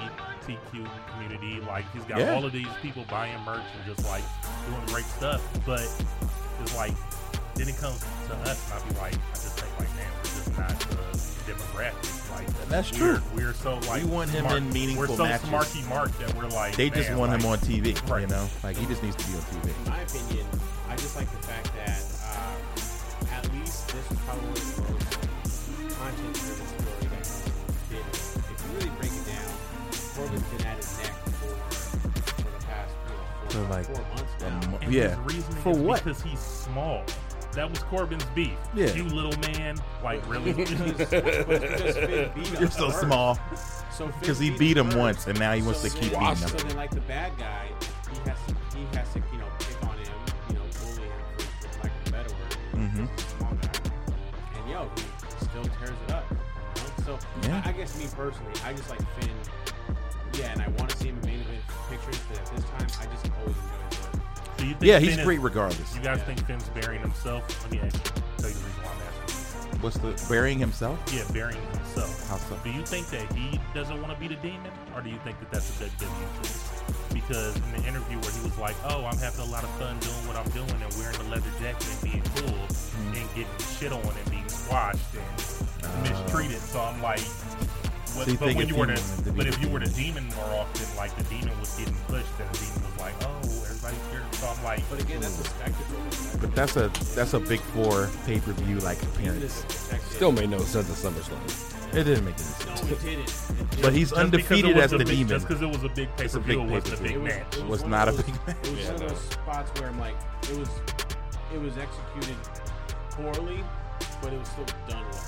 LGBTQ community, like he's got Yeah. all of these people buying merch and just like doing great stuff. But it's like then it comes to us, and I'll be like, I just think like, man, we're just not the demographic. Like that's we're, true. We're so like We want him smart- in meaningful We're so matches. smarky mark that we're like They just man, want like, him on TV. You Right. know, like he just needs to be on TV. in my opinion, I just like the fact that uh, at least this is probably the most content-driven story that has been. If you really break it down, Corbin's been at his neck for, for the past For you know, four, like four months now. a mo- And Um, yeah. his reasoning For is what? Because he's small. That was Corbin's beef. Yeah. You little man. Like really? But it's because Finn beat him You're so first. small. So Finn 'Cause he beat him first. once, and now he wants to then- keep beating him. So then, like the bad guy, he has to, he has to, you know, pick on him, you know, bully him for, for lack of a better word. Mhm. Small guy. And yo, he still tears it up. you know? So Yeah. I, I guess me personally, I just like Finn. Yeah, and I want to see him in main event pictures, but at this time, I just always enjoy his work. Do you think Yeah, he's Finn is- great regardless. You guys think Finn's burying himself? Let me ask you. Tell you the reason why I'm asking. What's the burying himself? Yeah, burying himself. How so? Do you think that he doesn't want to be the demon, or do you think that that's a WWE choice? Because in the interview where he was like, "Oh, I'm having a lot of fun doing what I'm doing and wearing the leather jacket and being cool Mm-hmm. and getting shit on and being squashed and mistreated," so I'm like, But, Uh, So you but think when if you were he wanted the, to be but the if you were the demon. demon more often, like the demon was getting pushed, and the demon was like, "Oh, everybody's scared." So I'm like, But again, that's a spectacle. But that's a that's a big four pay per view like appearance. Still made no sense at SummerSlam. It didn't make any sense. No, it didn't. But he's just because it undefeated was as a the big, demon. Just because it was a big pay It's a per big view, it wasn't a pay-per-view. big match. it was one not of a those- big match. It was one of those spots where I'm like, it was, it was executed poorly, but it was still done well.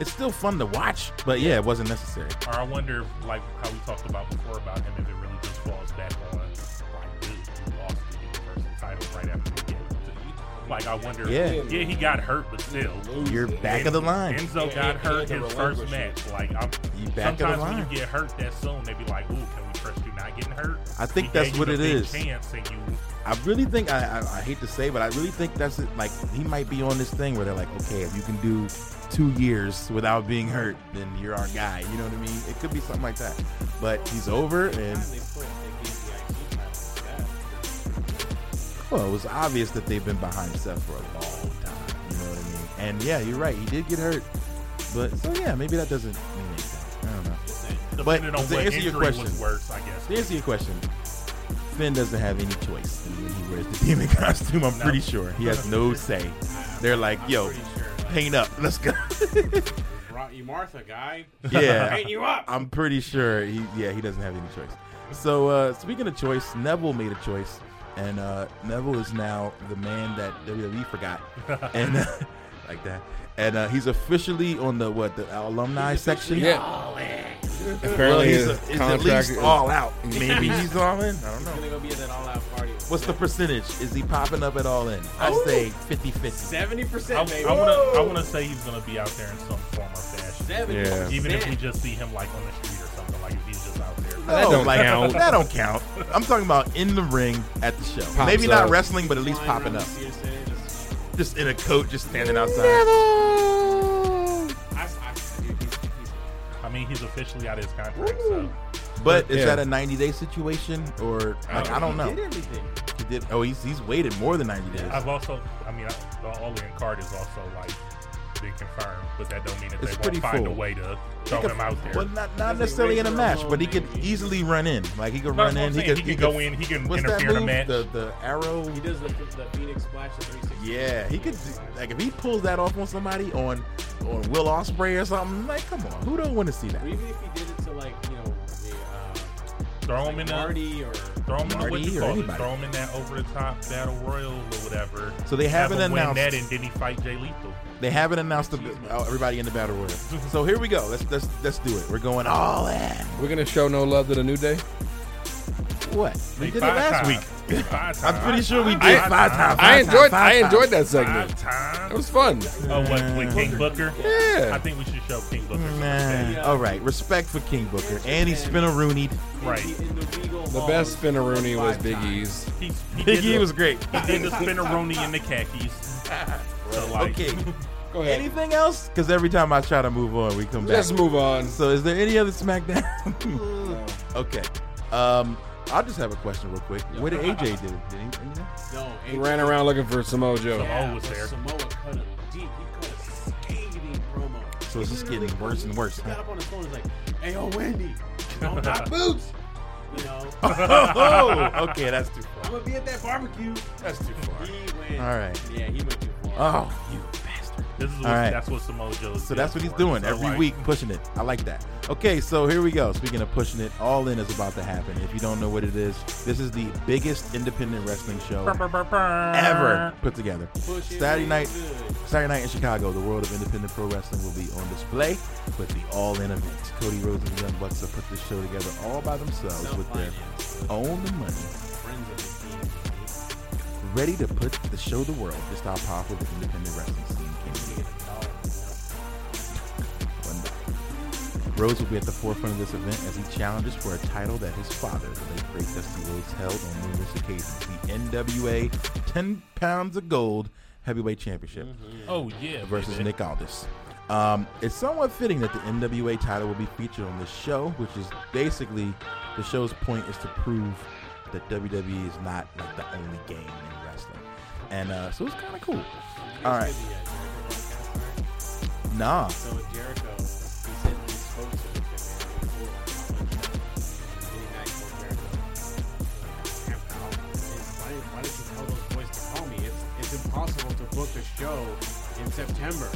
It's still fun to watch, but yeah, it wasn't necessary. Or I wonder, like how we talked about before about him, if it really just falls back on like, dude, you lost the universal title right after you get it. Like I wonder, Yeah. yeah, he got hurt, but still, You're back of the line. Enzo Yeah, he- got he had hurt to his first relinquish match. Like I'm, You back of the sometimes when line. you get hurt that soon, they be like, "Ooh, can we trust you not getting hurt?" I think We that's gave you what the it big is. Chance and you I really think I, I I hate to say, but I really think that's it. Like he might be on this thing where they're like, okay, if you can do two years without being hurt, then you're our guy. You know what I mean? It could be something like that. But he's over, and They put, they gave the IC title like that. well, it was obvious that they've been behind Seth for a long time. You know what I mean? And yeah, you're right. He did get hurt, but so yeah, maybe that doesn't mean anything. I don't know. But depending on to what answer injury your question- was worse, I guess. To answer your question, Finn doesn't have any choice in when he wears the demon costume. I'm pretty sure he has no say. They're like, yo, pretty sure, like- paint up, let's go. Brought you Martha, guy. yeah, Paint you up. I'm pretty sure he yeah he doesn't have any choice. So uh, speaking of choice, Neville made a choice, and uh, Neville is now the man that WWE forgot, and uh, like that, and uh, he's officially on the what the alumni section. Yeah. Well, Apparently he's, his a, he's at contract least is all out. Maybe he's all in. I don't know. I'm gonna go be at that all-out party. What's the percentage? Is he popping up at all in? I Oh. say 50 50. Seventy I, percent, baby. I wanna, I wanna say he's gonna be out there in some form or fashion. Seventy Yeah. percent. Even if we just see him like on the street or something, like if he's just out there. That don't count. That don't count. I'm talking about in the ring at the show. Pops Maybe not up. wrestling, but at least Flying popping around up. the CSA, just- Just in a coat, just standing outside. I, I, dude, he's, he's, I mean, he's officially out of his contract, so But is Yeah. that a 90 day situation or like I Oh, don't know? He did everything. He did. Oh, he's he's waited more than 90 days. I've also, I mean, I, the all in card is also like been confirmed, but that don't mean that It's they pretty won't find a full. way to throw him out there. Well, not, not Does he necessarily in a raise match, her but he could alone, maybe? easily run in. Like he could No, run that's what I'm in. He saying. could, He could go in, he can what's that interfere in a move? match. The, the arrow. He does the, the Phoenix Splash at 360. Yeah, he could like if he pulls that off on somebody on on Will Osprey or something. Like, come on, who don't want to see that? Or even if he did it to like you know the uh, throw him like in a, Marty or throw him in a, what Marty you or call it, anybody. throw him in that over the top battle royal or whatever. So they Have haven't him win announced. that, and then he fight Jay Lethal. They haven't announced the, oh, everybody in the battle royal. So here we go. Let's let's let's do it. We're going all in. We're gonna show no love to the New Day. What we Like, did it five last times. week. Five I'm pretty times. sure we did I- five times. I enjoyed. I Five enjoyed that Five segment. times. It was fun. Oh, what, with King Booker? Yeah. I think we should show King Booker. times. some Man. respect. All right, respect for King Booker, and he's spinneroonied. Right. in the, in the Regal The Hall best Finnerooney was five Big times. E's. He, he Big did E the- was great. He did the spinneroni in the khakis. So like, Okay. Go ahead. Anything else? Because every time I try to move on, we come back. Let's move on. So is there any other SmackDown? okay. Um, I'll just have a question real quick. What did AJ do? Did he, you know? No, He ran around looking for Samoa Joe. Samoa was there. Samoa cut a deep. He cut a scathing promo. So it's just getting worse and worse. He got huh? up on his phone. and was like, "Hey, yo, Wendy, don't knock boots." You know, I'm oh, okay, that's too far. gonna be at that barbecue. That's too far. He went. All right. Yeah, he went too far. Oh, you bastard. This is what, All right. that's what Samoa Joe is. So that's what for. he's doing So, every like, week, pushing it. I like that. Okay, so here we go. Speaking of pushing it, All In is about to happen. If you don't know what it is, this is the biggest independent wrestling show brr, brr, brr, brr. Uh, ever put together. Push it Saturday real night, good. Saturday night in Chicago, the world of independent pro wrestling will be on display with the All In event. Cody Rhodes and the Young Bucks have put this show together all by themselves with their Self-financed. own money, Friends of the team. ready to put the show to the world. Just how powerful the independent wrestling scene can be. One day. Rhodes will be at the forefront of this event as he challenges for a title that his father, the late great Dusty Rhodes, held on numerous occasions. The NWA 10 pounds of gold heavyweight championship Oh yeah. versus baby. Nick Aldis. Um, it's somewhat fitting that the NWA title will be featured on this show, which is basically the show's point is to prove that WWE is not like the only game in wrestling, and uh, so it's kind of cool. All right, All right. nah, So with Jericho, he said he spoke to Vince McMahon. book a show in September.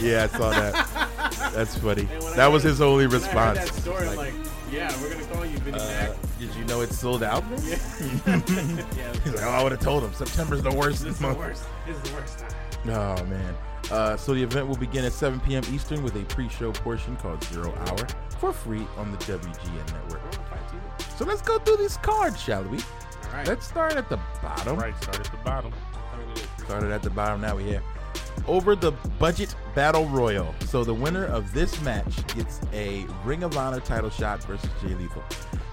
yeah, I saw that. That's funny. And when I That was heard- his only when I heard that response. uh, story, I'm like, yeah, we're gonna call you Vinny Mac. Did you know it's sold out? Yeah, yeah He's like, oh, I would have told him. September's the worst this is the month. worst. This is the worst time. Oh man. Uh, so the event will begin at 7 p.m. Eastern with a pre-show portion called Zero Hour for free on the WGN network. We're on five TV. So let's go through these cards, shall we? All right. Let's start at the bottom. Right, start at the bottom. I'm gonna do it. Started at the bottom. Now we're here. Over the budget battle royal. So the winner of this match gets a Ring of Honor title shot versus Jay Lethal.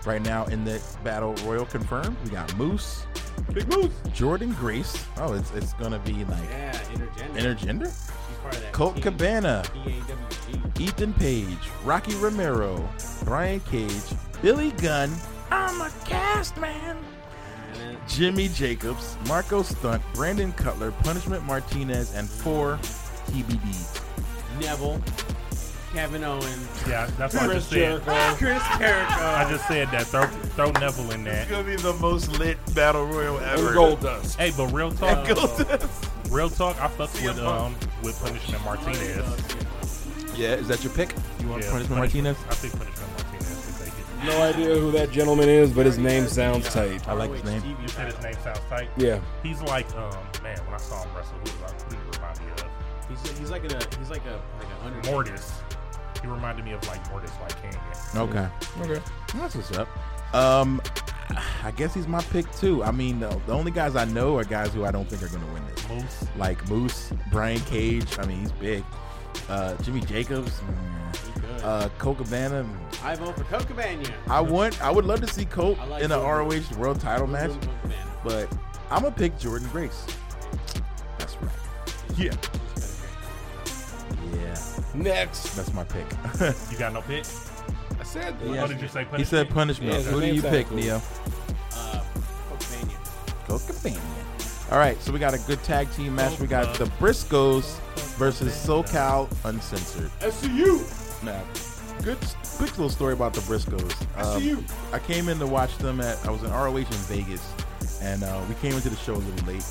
Right now in the battle royal confirmed, we got Moose, Big Moose. Jordan Grace. Oh, it's it's gonna be like Yeah, intergender. intergender. She's part of that. Colt team. Cabana, PAWG. Ethan Page, Rocky Romero, Brian Cage, Billy Gunn, I'm a cast man. And then Jimmy Jacobs, Marco Stunt, Brandon Cutler, Punishment Martinez, and four TBD. Neville, Kevin Owens, Yeah, that's what I Chris just said. Jericho. Chris Jericho. I just said that. Throw, throw Neville in there. gonna be the most lit battle royal ever. Gold dust. Hey, but real talk, Goldust. real talk, I fucked with Punk. um with Punishment Martinez. Oh, Yeah, is that your pick? You want Yeah, Punishment Martinez? I think Punishment Martinez could take it. No idea who that gentleman is, but his name sounds tight. I like his name. You said his name sounds tight. Yeah. He's like, um, man, when I saw him wrestle, who was I? Who did he remind me of? He's, he's like a he's like a like a hundred. Mortis. He reminded me of like Mortis, like Canyon. Okay. Okay. That's what's up. Um, I guess he's my pick too. I mean, the, the only guys I know are guys who I don't think are gonna win this. Moose. Like Moose, Brian Cage. I mean, he's big. Uh, Jimmy Jacobs. He good. Uh, Colt Cabana. mm. I vote for Colt Cabana. I want. I would love to see Colt I like in a Colt. ROH World Title match, Colt Cabana. but I'm gonna pick Jordan Grace. That's right. Yeah. Yeah. Next. That's my pick. You got no pick? I said What did you say? he said Punishment? punishment. Yeah, Who do name you sound pick, cool. Neo? Uh, Colt Cabana. Cocabania. All right, so we got a good tag team match. We got the Briscoes versus SoCal Uncensored. SCU. Now, good, quick little story about the Briscoes. Um, I came in to watch them at. I was in ROH in Vegas, and uh, we came into the show a little late.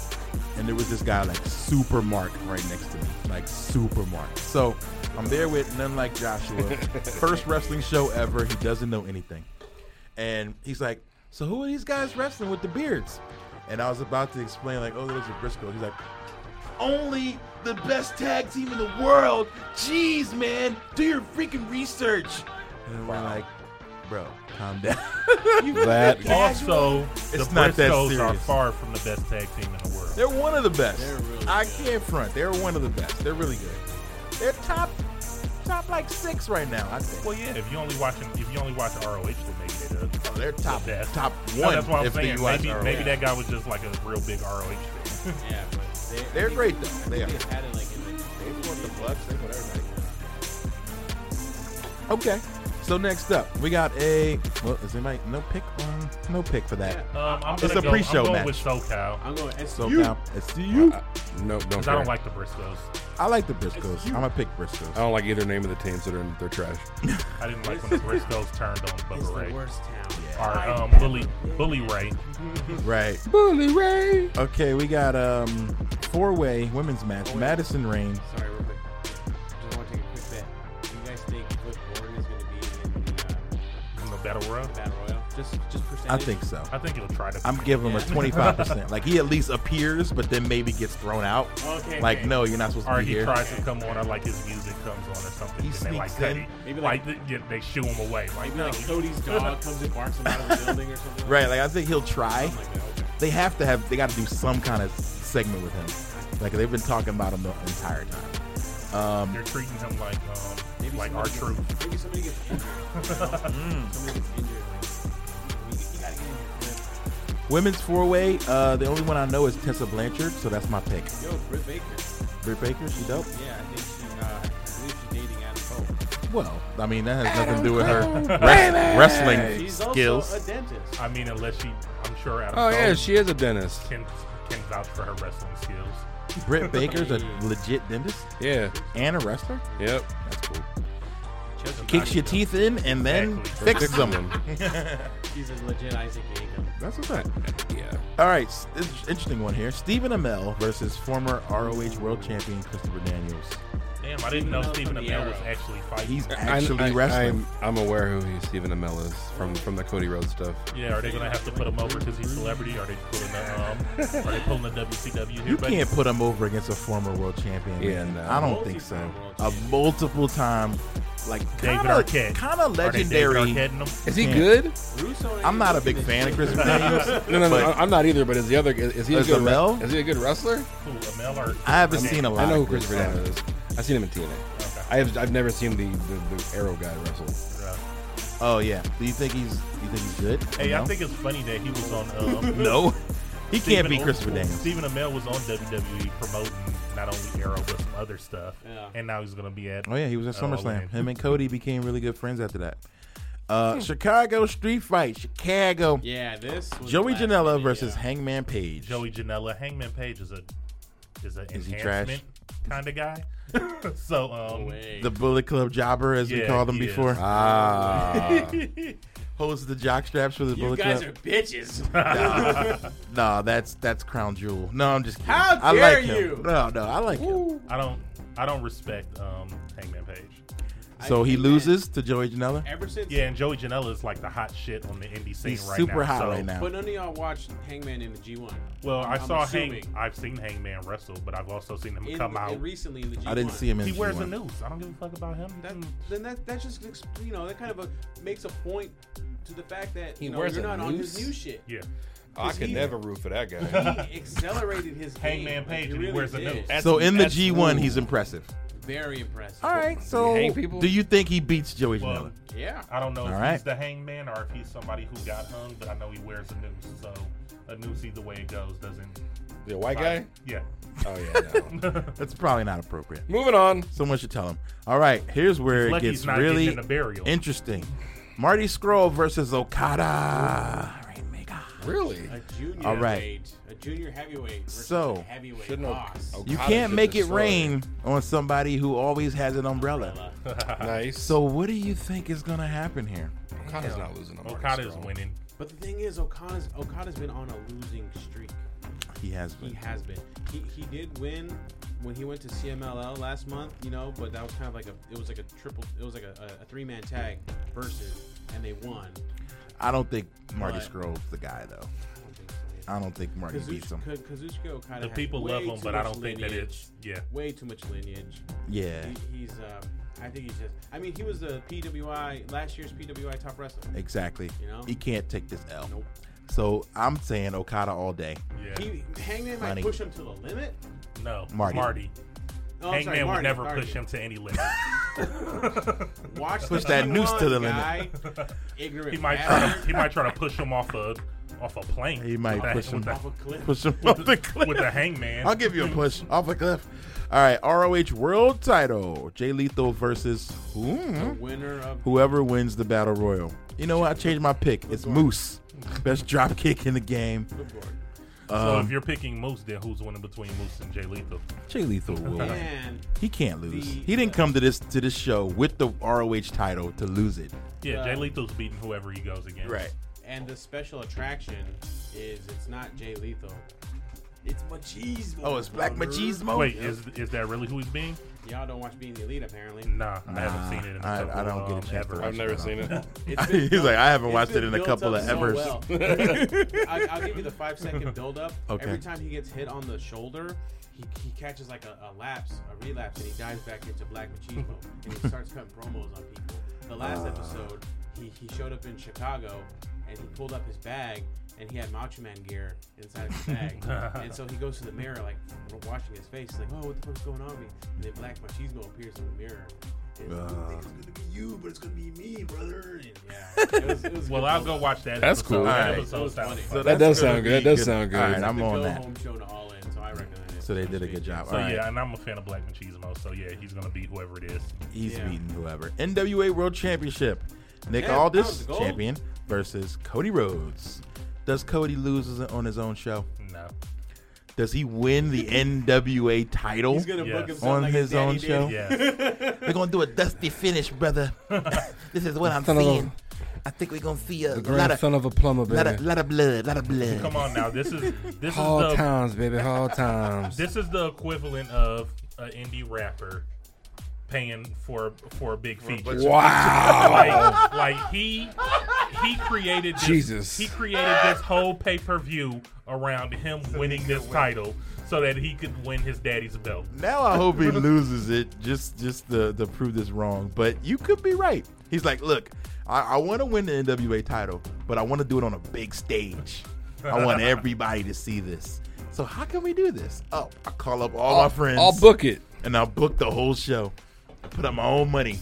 And there was this guy like Super Mark right next to me, like Super Mark. So I'm there with none like Joshua. First wrestling show ever. He doesn't know anything, and he's like, "So who are these guys wrestling with the beards?" And I was about to explain like, "Oh, those are Briscoe." He's like, only the best tag team in the world. Jeez, man, do your freaking research. And we're like, bro, calm down. That Also, It's the not that Briscoes are serious. far from the best tag team in the world. They're one of the best. They're really I good. can't front. They're one of the best. They're really good. They're top, top like six right now. I think. Well, yeah. If you only watching, if you only watch ROH, then maybe they do. Oh, they're top, the best. top No, one. that's what I'm if saying. the US Maybe, are maybe right. that guy was just like a real big ROH fan. Yeah, but they, They're I think- great, though. They I think are. They had it like in the. They want the Bucks. They want everybody. Okay. So next up, we got a. Well, is anybody no pick? Um, no pick for that. Um, I'm It's gonna a go, pre-show I'm going match. with SoCal I'm going SCU. So now it's to you. No, Uh, don't because I care. don't like the Briscoes. I like the Briscoes. I'm gonna pick Briscoes. I don't like either name of the team, so they're, they're trash. I didn't like when the Briscoes turned on It's Bubba the Ray worst town. or I've um, ever Bully been. Bully Ray. Right. Bully Ray. Okay, we got um four way women's match. Madison Rain. Sorry, real quick. Just want to take a quick bet. Do you guys think Flip Gordon is going to be in the, uh, in the battle royal. the Battle Royale? Just, just percentage. I think so. I think he'll try to. I'm giving him a Yeah. 25. percent Like he at least appears, but then maybe gets thrown out. Okay. Like okay. no, you're not supposed to or be he here. tries to come on, or like his music comes on, or something. He and they like sneaks cut in. it. Maybe like like- th- yeah, they shoo him away. Like Maybe no, like Cody's dog comes and barks him out of the building or something. Right. Like I think he'll try. Like, that. Something like that. They have to have. They got to do some kind of segment with him. Like they've been talking about him the entire time. Um, they're treating him like um, Okay. Maybe like our somebody truth. Gets, maybe somebody gets injured. You know? Somebody gets injured. Like, Hmm. you, you gotta get in here. Flip. women's four way. Uh, the only one I know is Tessa Blanchard, so that's my pick. Yo, Britt Baker. Britt Baker, she dope. Yeah, I think she. Uh, I believe she's dating Adam Cole. Well, I mean that has nothing to do with her wres- wrestling She's also skills. Uh, a dentist. I mean, unless she, I'm sure Adam Oh Cole yeah, she is a dentist. can can vouch for her wrestling skills. Britt Baker's a legit dentist Yeah. and a wrestler. Yep. That's cool. Chelsea Kicks your Bobby, teeth in and then Exactly. fix them. though. She's a legit Isaac Yankum. That's what's up. Yeah. All right, s- this is an interesting one here. Stephen Amell versus former ROH World Champion Christopher Daniels. Damn, I didn't know Stephen Amell was actually fighting. He's I- actually I, wrestling. I'm, I'm aware who he, Stephen Amell is from from the Cody Rhodes stuff. yeah, are they gonna have to put him over because he's celebrity? Are they pulling the um? Are they pulling the WCW here? you But can't put him over against a former world champion. Yeah, man. no. I don't think so. Multi-time world A multiple time, like David kinda- Arquette. kinda Are they David legendary. Arquetting him? Is he Yeah. good? Russo ain't I'm not a looking big at fan you. of Chris Daniels. No, no, no. but Oh, I- I'm not either. But is the other? Is, is he a Is good? re- Amell? Is he a good wrestler? Who, Amell or- I haven't Okay. seen a lot. I know who of Chris Christopher Daniels is. I've seen him in TNA. I have, I've never seen the, the, the Arrow guy wrestle. Yeah. Oh yeah. Do you think he's? Do you think he's good? Hey, no? I think it's funny that he was on. Um, no. He can't Stephen be Am- Christopher Daniels. Stephen Amell was on WWE promoting not only Arrow but some other stuff, Yeah. and now he's gonna be at. Oh yeah, he was at Oh, SummerSlam. man. Him and Cody became really good friends after that. Uh, Chicago street fight. Chicago. Hmm. Yeah, this. Was Joey the last Janela video. versus Hangman Page. Joey Janela. Hangman Page is a is an Is he enhancement kind of guy. so um, Way. the Bullet Club Jobber, as we Yeah, called him he is. before, Ah, holds the jock straps for the you Bullet guys Club. are bitches. No, that's that's Crown Jewel. No, I'm just kidding. How I dare like him. you! No, no, I like him. I don't I don't respect um, Hangman Page. So he Hangman. loses to Joey Janela. Ever since. Yeah, and Joey Janela is like the hot shit on the indie scene He's right super now. hot so- right now. But none of y'all watched Hangman in the G1. Well, I I'm saw Hang. assuming. I've seen Hangman wrestle, but I've also seen him In, come out. in recently in the G1. I didn't see him in. he wears G1. a noose. I don't give a fuck about him. That, Mm. then that that just ex- you know that kind of a, makes a point to the fact that He you know, wears you're a not on his noose? new shit. yeah. I could never root for that guy. He accelerated his Hangman game. Like, Page he and he really wears a did. noose. So in the That's- G1, ooh. he's impressive. Very impressive. All right. So hang people? do you think he beats Joey Well, Janela? Yeah. I don't know if All right. he's the hangman or if he's somebody who got hung, but I know he wears a noose. So a noose, either way it goes, doesn't. The white guy? Yeah. Oh yeah. No. That's probably not appropriate. Moving on. Someone should tell him. All right. Here's where it Lucky gets he's not really getting in a burial. interesting. Marty Scroll versus Okada. Rainmaker. Really? A junior All right. weight, a junior heavyweight versus So, a heavyweight shouldn't have- boss. okay. You Okada can't should make it destroy rain on somebody who always has an umbrella. Nice. So what do you think is gonna happen here? Okada's not losing. on Marty Okada's Scurll. winning. But the thing is, Okada's Okada's been on a losing streak. He has He been. has uh, been. He, he did win when he went to CMLL last month, you know, but that was kind of like a it was like a triple it was like a, a, a three man tag versus and they won. I don't think Marty But- Scroll's the guy though. I don't think so. I don't think Marty beats him. Kazuchika, Kazuchika Okada The has people love way him, too but I much don't think that lineage. it's. Yeah. way too much lineage. Yeah, He, he's, uh, I think he's just. I mean, he was the PWI last year's PWI top wrestler. exactly. You know? He can't take this L. Nope. So I'm saying Okada all day. Yeah. He Hangman might Funny. push him to the limit. no. Marty. Marty. Oh, I'm hangman sorry, would Marty, never Marty. push him to any limit. Watch Push the that G1 noose to the guy. Ignorant. he might try to. bastard. He might try to push him off a off a plane. He might with that- push him with that- off a cliff. Push him off with the cliff. With the hangman. I'll give you a push off a cliff. All right, ROH World Title: Jay Lethal versus whom? Winner of whoever wins the battle royal. You know what? I changed my pick. It's Moose, best drop kick in the game. so Um, if you're picking Moose, then who's winning between Moose and Jay Lethal? Jay Lethal will win. and He can't lose. The- uh, he didn't come to this to this show with the ROH title to lose it. Yeah, Jay Lethal's beating whoever he goes against. and the special attraction is it's not Jay Lethal. It's Machismo. Oh, it's Black brother. Machismo. Wait, is is that really who he's being? Y'all don't watch Being the Elite apparently. Nah, I haven't seen it. In a I- I couple, don't get a um, chance to ever. watch I've never seen it. It's been He's built- like, I haven't it's watched it been in a built couple up of so evers. well. I, I'll give you the five second build up. Okay. Every time he gets hit on the shoulder, he, he catches like a, a lapse, a relapse, and he dives back into Black Machismo and he starts cutting promos on people. The Ah. last episode, he, he showed up in Chicago and he pulled up his bag and he had Macho Man gear inside his bag. and so he goes to the mirror, like washing his face, like, oh, what the fuck's going on with me? And then Black Machismo appears in the mirror. And Uh, I think it's gonna be you, but it's gonna be me, brother. And yeah, it was, it was a Well, good I'll build go up. watch that. That's episode. cool. That Alright. episode That was sounds funny. fun. That that's does gonna sound be good. That does sound good. All right, I'm the on go that. home show to all in, so I recommend it. So they did a good job. So All right, yeah, and I'm a fan of Black Machismo, so yeah, he's gonna beat whoever it is. he's Yeah. beating whoever. NWA World Championship. Nick Damn, that was Aldis, the goal. champion, versus Cody Rhodes. Does Cody lose on his own show? No, Does he win the NWA title? He's gonna book Yes. himself On like his daddy own did. show? yeah, We're gonna do a dusty finish, brother. this is what I'm Son of a- saying. I think we're gonna see a The lot of grandson of a plumber, lot of, baby. lot of blood, lot of blood. Come on now, this is this is Hard the times, baby. Hard times. this is the equivalent of an indie rapper paying for for a big feature. Wow. like, like he he created this, Jesus. he created this whole pay per view around him winning this title so that he could win his daddy's belt. Now I hope he loses it just just to, to prove this wrong. But you could be right. He's like, look, I, I want to win the NWA title, but I want to do it on a big stage. I want everybody to see this. So how can we do this? Oh, I call up all my friends. I'll book it. and I'll book the whole show. I put up my own money.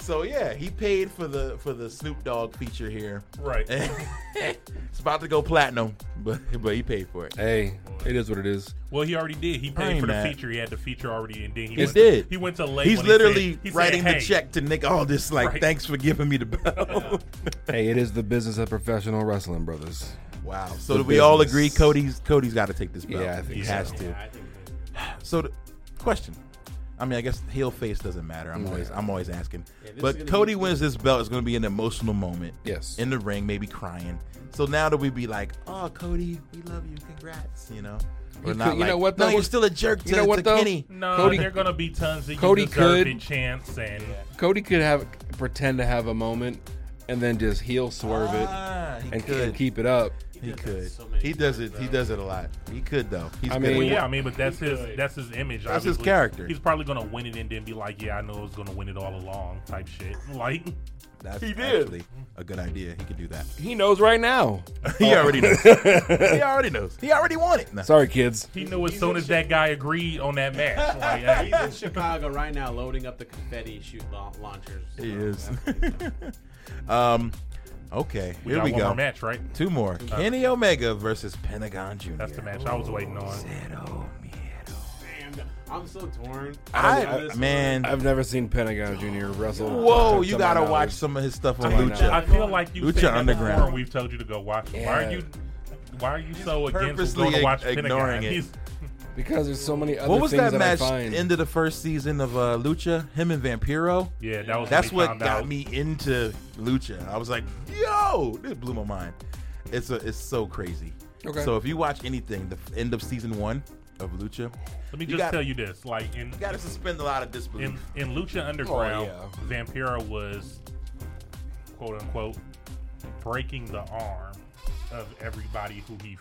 So yeah, he paid for the for the Snoop Dogg feature here. Right. it's about to go platinum, but but he paid for it. Hey, it is what it is. Well, he already did. He paid ain't for the mad. feature. He had the feature already, and then he He went did. To, he went to late. He's when literally he said, he said, writing "Hey." the check to Nick all this like Right. thanks for giving me the bell. Hey, it is the business of professional wrestling, brothers. wow. So The do we all business. agree Cody's Cody's got to take this bell. Yeah, I think he so. has to. I think So the question I mean, I guess heel face doesn't matter. I'm always I'm always asking. this is but gonna Cody be- wins this belt. It's going to be an emotional moment. Yes. In the ring, maybe crying. So now that we be like, oh, Cody, we love you. Congrats. You know. We're could- not you like, know what, No, though? you're still a jerk to, You know what, to though? Kenny. No, Cody- there are gonna be tons of Cody you deserve could- it chance, and Cody could have pretend to have a moment and then just heel swerve it Ah, he and, could. and keep it up. he could. so many he does it. He does it a lot. He could though. He's I good mean- at well, it. yeah, I mean, but that's his that's his image. That's his obviously. character. He's probably gonna win it and then be like, "Yeah, I know I was gonna win it all along," type shit. Like, That's He did. actually a good idea. He could do that. He knows right now. he already knows. he already knows. He already won it. No. Sorry, kids. he knew as soon as that guy agreed on that match. Like, hey, he's in Chicago right now, loading up the confetti shoot la- launchers. Oh, He So is. that's- um, okay. we Here got we one go. more match, right? Two more. Kenny Omega versus Pentagon Jr. That's the match I was waiting on. Miedo, miedo. Damn, I'm so torn. I, know this man, I've never seen Pentagon Jr. wrestle. whoa! to- You to my gotta knowledge. watch some of his stuff on I know. Lucha. I feel like you Lucha said that Underground. before and we've told you to go watch it. Why Yeah. are you? Why are you so against purposely going to watch ig- ignoring Pentagon? it. He's- because there's so many other What was things that that, match? I find. End of the first season of uh, Lucha. Him and Vampiro. yeah, that was. That's when we what found got out. me into Lucha. I was like, yo, this blew my mind. It's a, it's so crazy. Okay. So if you watch anything, the f- end of season one of Lucha, Let me you just gotta- tell you this: like in you gotta suspend a lot of in, disbelief. in Lucha Underground, Oh, Vampiro was quote unquote breaking the arm of everybody who he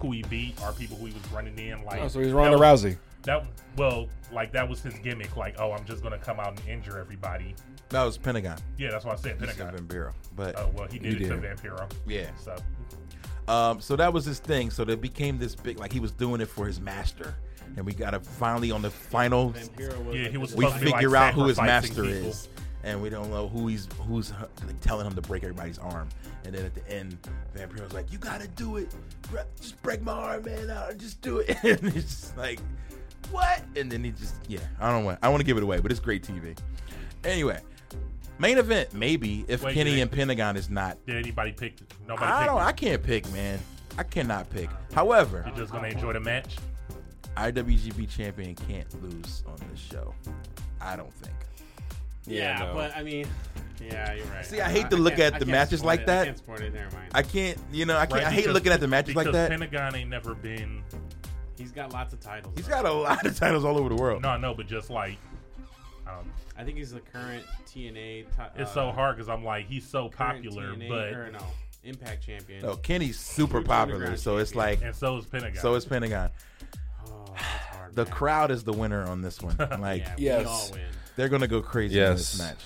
who he beat or people who he was running in. Like, Oh, so he's Ronda that was- Rousey. That well, like that was his gimmick. Like, oh, I'm just gonna come out and injure everybody. That was Pentagon. Yeah, that's why I said This is Pentagon. Vampiro. But Oh well, he did He it did. to Vampiro. Yeah. So Um, so that was his thing. So that became this big, like he was doing it for his master. And we got to finally on the final, Vampiro was Yeah, like he was the- we Supposed to be, like, figure out who his master sacrificing people. is. And we don't know who he's who's uh, like, telling him to break everybody's arm. And then at the end, Vampiro's like, "You gotta do it. Bre- Just break my arm, man. Uh, just do it." and it's just like, "What?" And then he just, yeah, I don't want. I want to give it away, but it's great TV. Anyway, main event maybe if Wait, Kenny did- and Pentagon is not did anybody pick? Nobody. I picked don't. it. I can't pick, man. I cannot pick. However, You're just gonna enjoy the match. IWGP champion can't lose on this show. I don't think. Yeah, no. but I mean, yeah, you're right. See, I hate to look at can't- I the can't matches support like it. that. I can't support it. Never mind. I can't. You know, I can't. Right, I hate because- looking at the matches like because that. Pentagon ain't never been. He's got lots of titles. He's though. got a lot of titles all over the world. No, no, but just like. Um, I think he's the current TNA. T- It's uh, so hard because I'm like he's so current popular, TNA, or but no, Impact champion. No, Kenny's super popular, so it's like, and so is Pentagon. so is Pentagon. Oh, that's hard. The man. crowd is the winner on this one. Like Yeah, Yes. we all win. they're gonna go crazy in this Yes. match.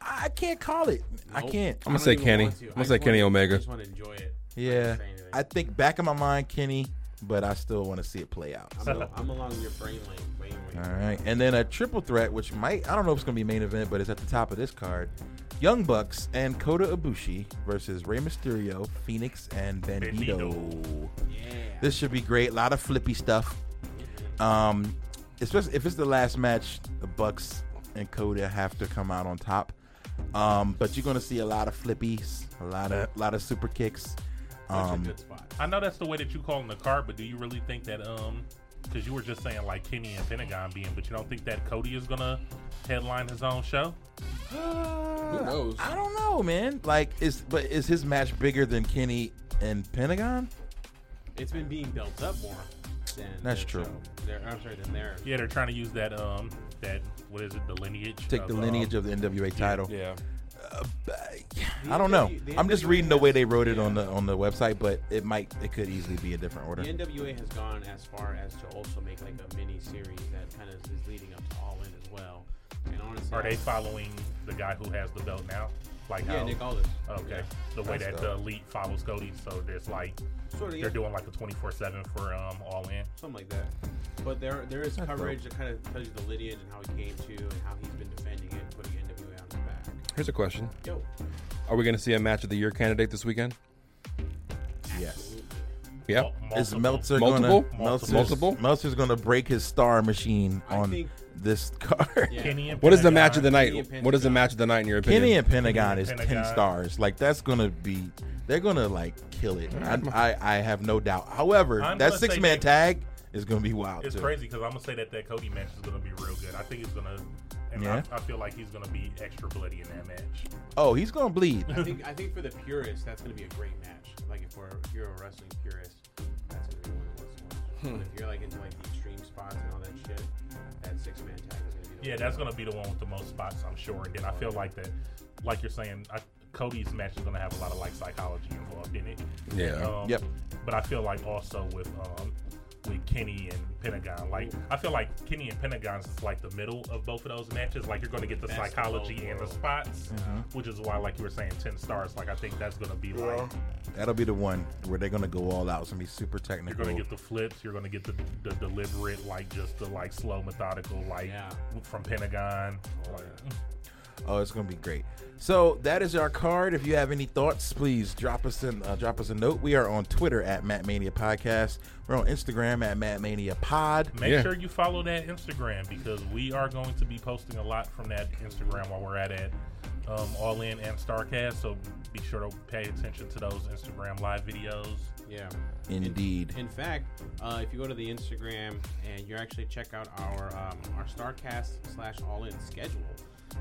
I can't call it. I can't. Nope. I'm gonna I don't say even Kenny. want to. I'm I gonna just say Kenny wanna- Omega. I just want to enjoy it. Yeah, I can't say anything. I think back in my mind, Kenny, but I still want to see it play out. I'm, So. I'm along your brain lane. Brain lane. All right, and then a triple threat, which might—I don't know if it's going to be main event, but it's at the top of this card. Young Bucks and Kota Ibushi versus Rey Mysterio, Phoenix, and Bandito. Yeah. This should be great. A lot of flippy stuff. Um, especially if it's the last match, the Bucks and Kota have to come out on top. Um, but you're going to see a lot of flippies, a lot of a lot of super kicks. That's a Um, good spot. I know that's the way that you call in the card, but do you really think that um? Because you were just saying like Kenny and Pentagon being, but you don't think that Cody is gonna headline his own show? uh, Who knows? I don't know, man. Like, is but is his match bigger than Kenny and Pentagon? It's been being built up more than That's their true. show. Their- I'm sorry, than theirs. Yeah, they're trying to use that um that what is it the lineage? Take the lineage um, of the NWA title. Uh, Yeah. I don't know. NW I'm just reading the way they wrote it Yeah. on the on the website, but it might it could easily be a different order. The NWA has gone as far as to also make like a mini series that kind of is leading up to All In as well. And honestly, Are I- they following the guy who has the belt now? Like Yeah, how? Nick Aldis. Oh, Okay, Yeah. the way That's that the elite follows Cody, so there's like Sort of, yeah. they're doing like a 24/7 for um all in. something like that. But there, there is That's coverage that kind of tells you the lineage and how he came to and how he's been defending it, putting NWA on his back. Here's a question: Yo, Are we going to see a match of the year candidate this weekend? Oh. Yes. Yeah. Mul- Is multiple. Meltzer Multiple? gonna Multiple. Meltzer's, Multiple? Meltzer's gonna break his star machine I on think- this card? Yeah. Kenny and What is the Pentagon. match of the Kenny night? and What is the Pentagon. match of the night in your opinion? Kenny and Pentagon is ten Pentagon. stars. Like that's gonna be, they're gonna like kill it. I, I, I have no doubt. However, I'm that gonna say six man they- tag is gonna be wild. It's too. crazy because I'm gonna say that that Cody match is gonna be real good. I think it's gonna, and Yeah. I, I feel like he's gonna be extra bloody in that match. Oh, he's gonna bleed. I think, I think for the purists, that's going to be a great match. Like if we're if you're a wrestling purist, that's going to be one of the ones. to watch. But if you're like into like the extreme spots and all that shit, that six man tag is going to be. The Yeah, one that's to watch. gonna be the one with the most spots, I'm sure. And then I feel like that, like you're saying, I, Cody's match is gonna have a lot of like psychology involved in it. Yeah. Um, Yep. But I feel like also with um with Kenny and Pentagon, like I feel like Kenny and Pentagon's is like the middle of both of those matches. Like you're gonna get the Best of both psychology and the worlds. spots, which is why, like you were saying, ten stars. Like I think that's gonna be like That'll be the one where they're gonna go all out. It's gonna be super you're technical. gonna get the flips, you're gonna get the, the deliberate, like just the like slow, methodical, like Yeah. from Pentagon. like, oh, it's gonna be great. So that is our card. If you have any thoughts, please drop us in. Uh, drop us a note. We are on Twitter at Matt Mania Podcast. We're on Instagram at Matt Mania Pod. Make Yeah. sure you follow that Instagram because we are going to be posting a lot from that Instagram while we're at it. Um, All in and Starcast, so be sure to pay attention to those Instagram live videos. Yeah. Indeed. In fact, uh, if you go to the Instagram and you actually check out our um, our Starcast slash All In schedule.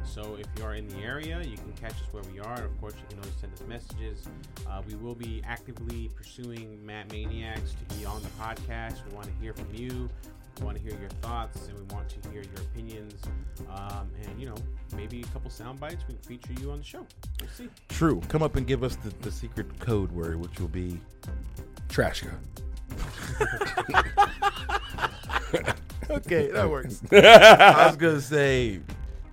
So if you are in the area, you can catch us where we are. Of course, you can always send us messages. Uh, we will be actively pursuing Matt Maniacs to be on the podcast. We want to hear from you. We want to hear your thoughts, and we want to hear your opinions. Um, and you know, maybe a couple sound bites. We can feature you on the show. We'll see. True. Come up and give us the, the secret code word, which will be Trashka. okay. That works. I was gonna say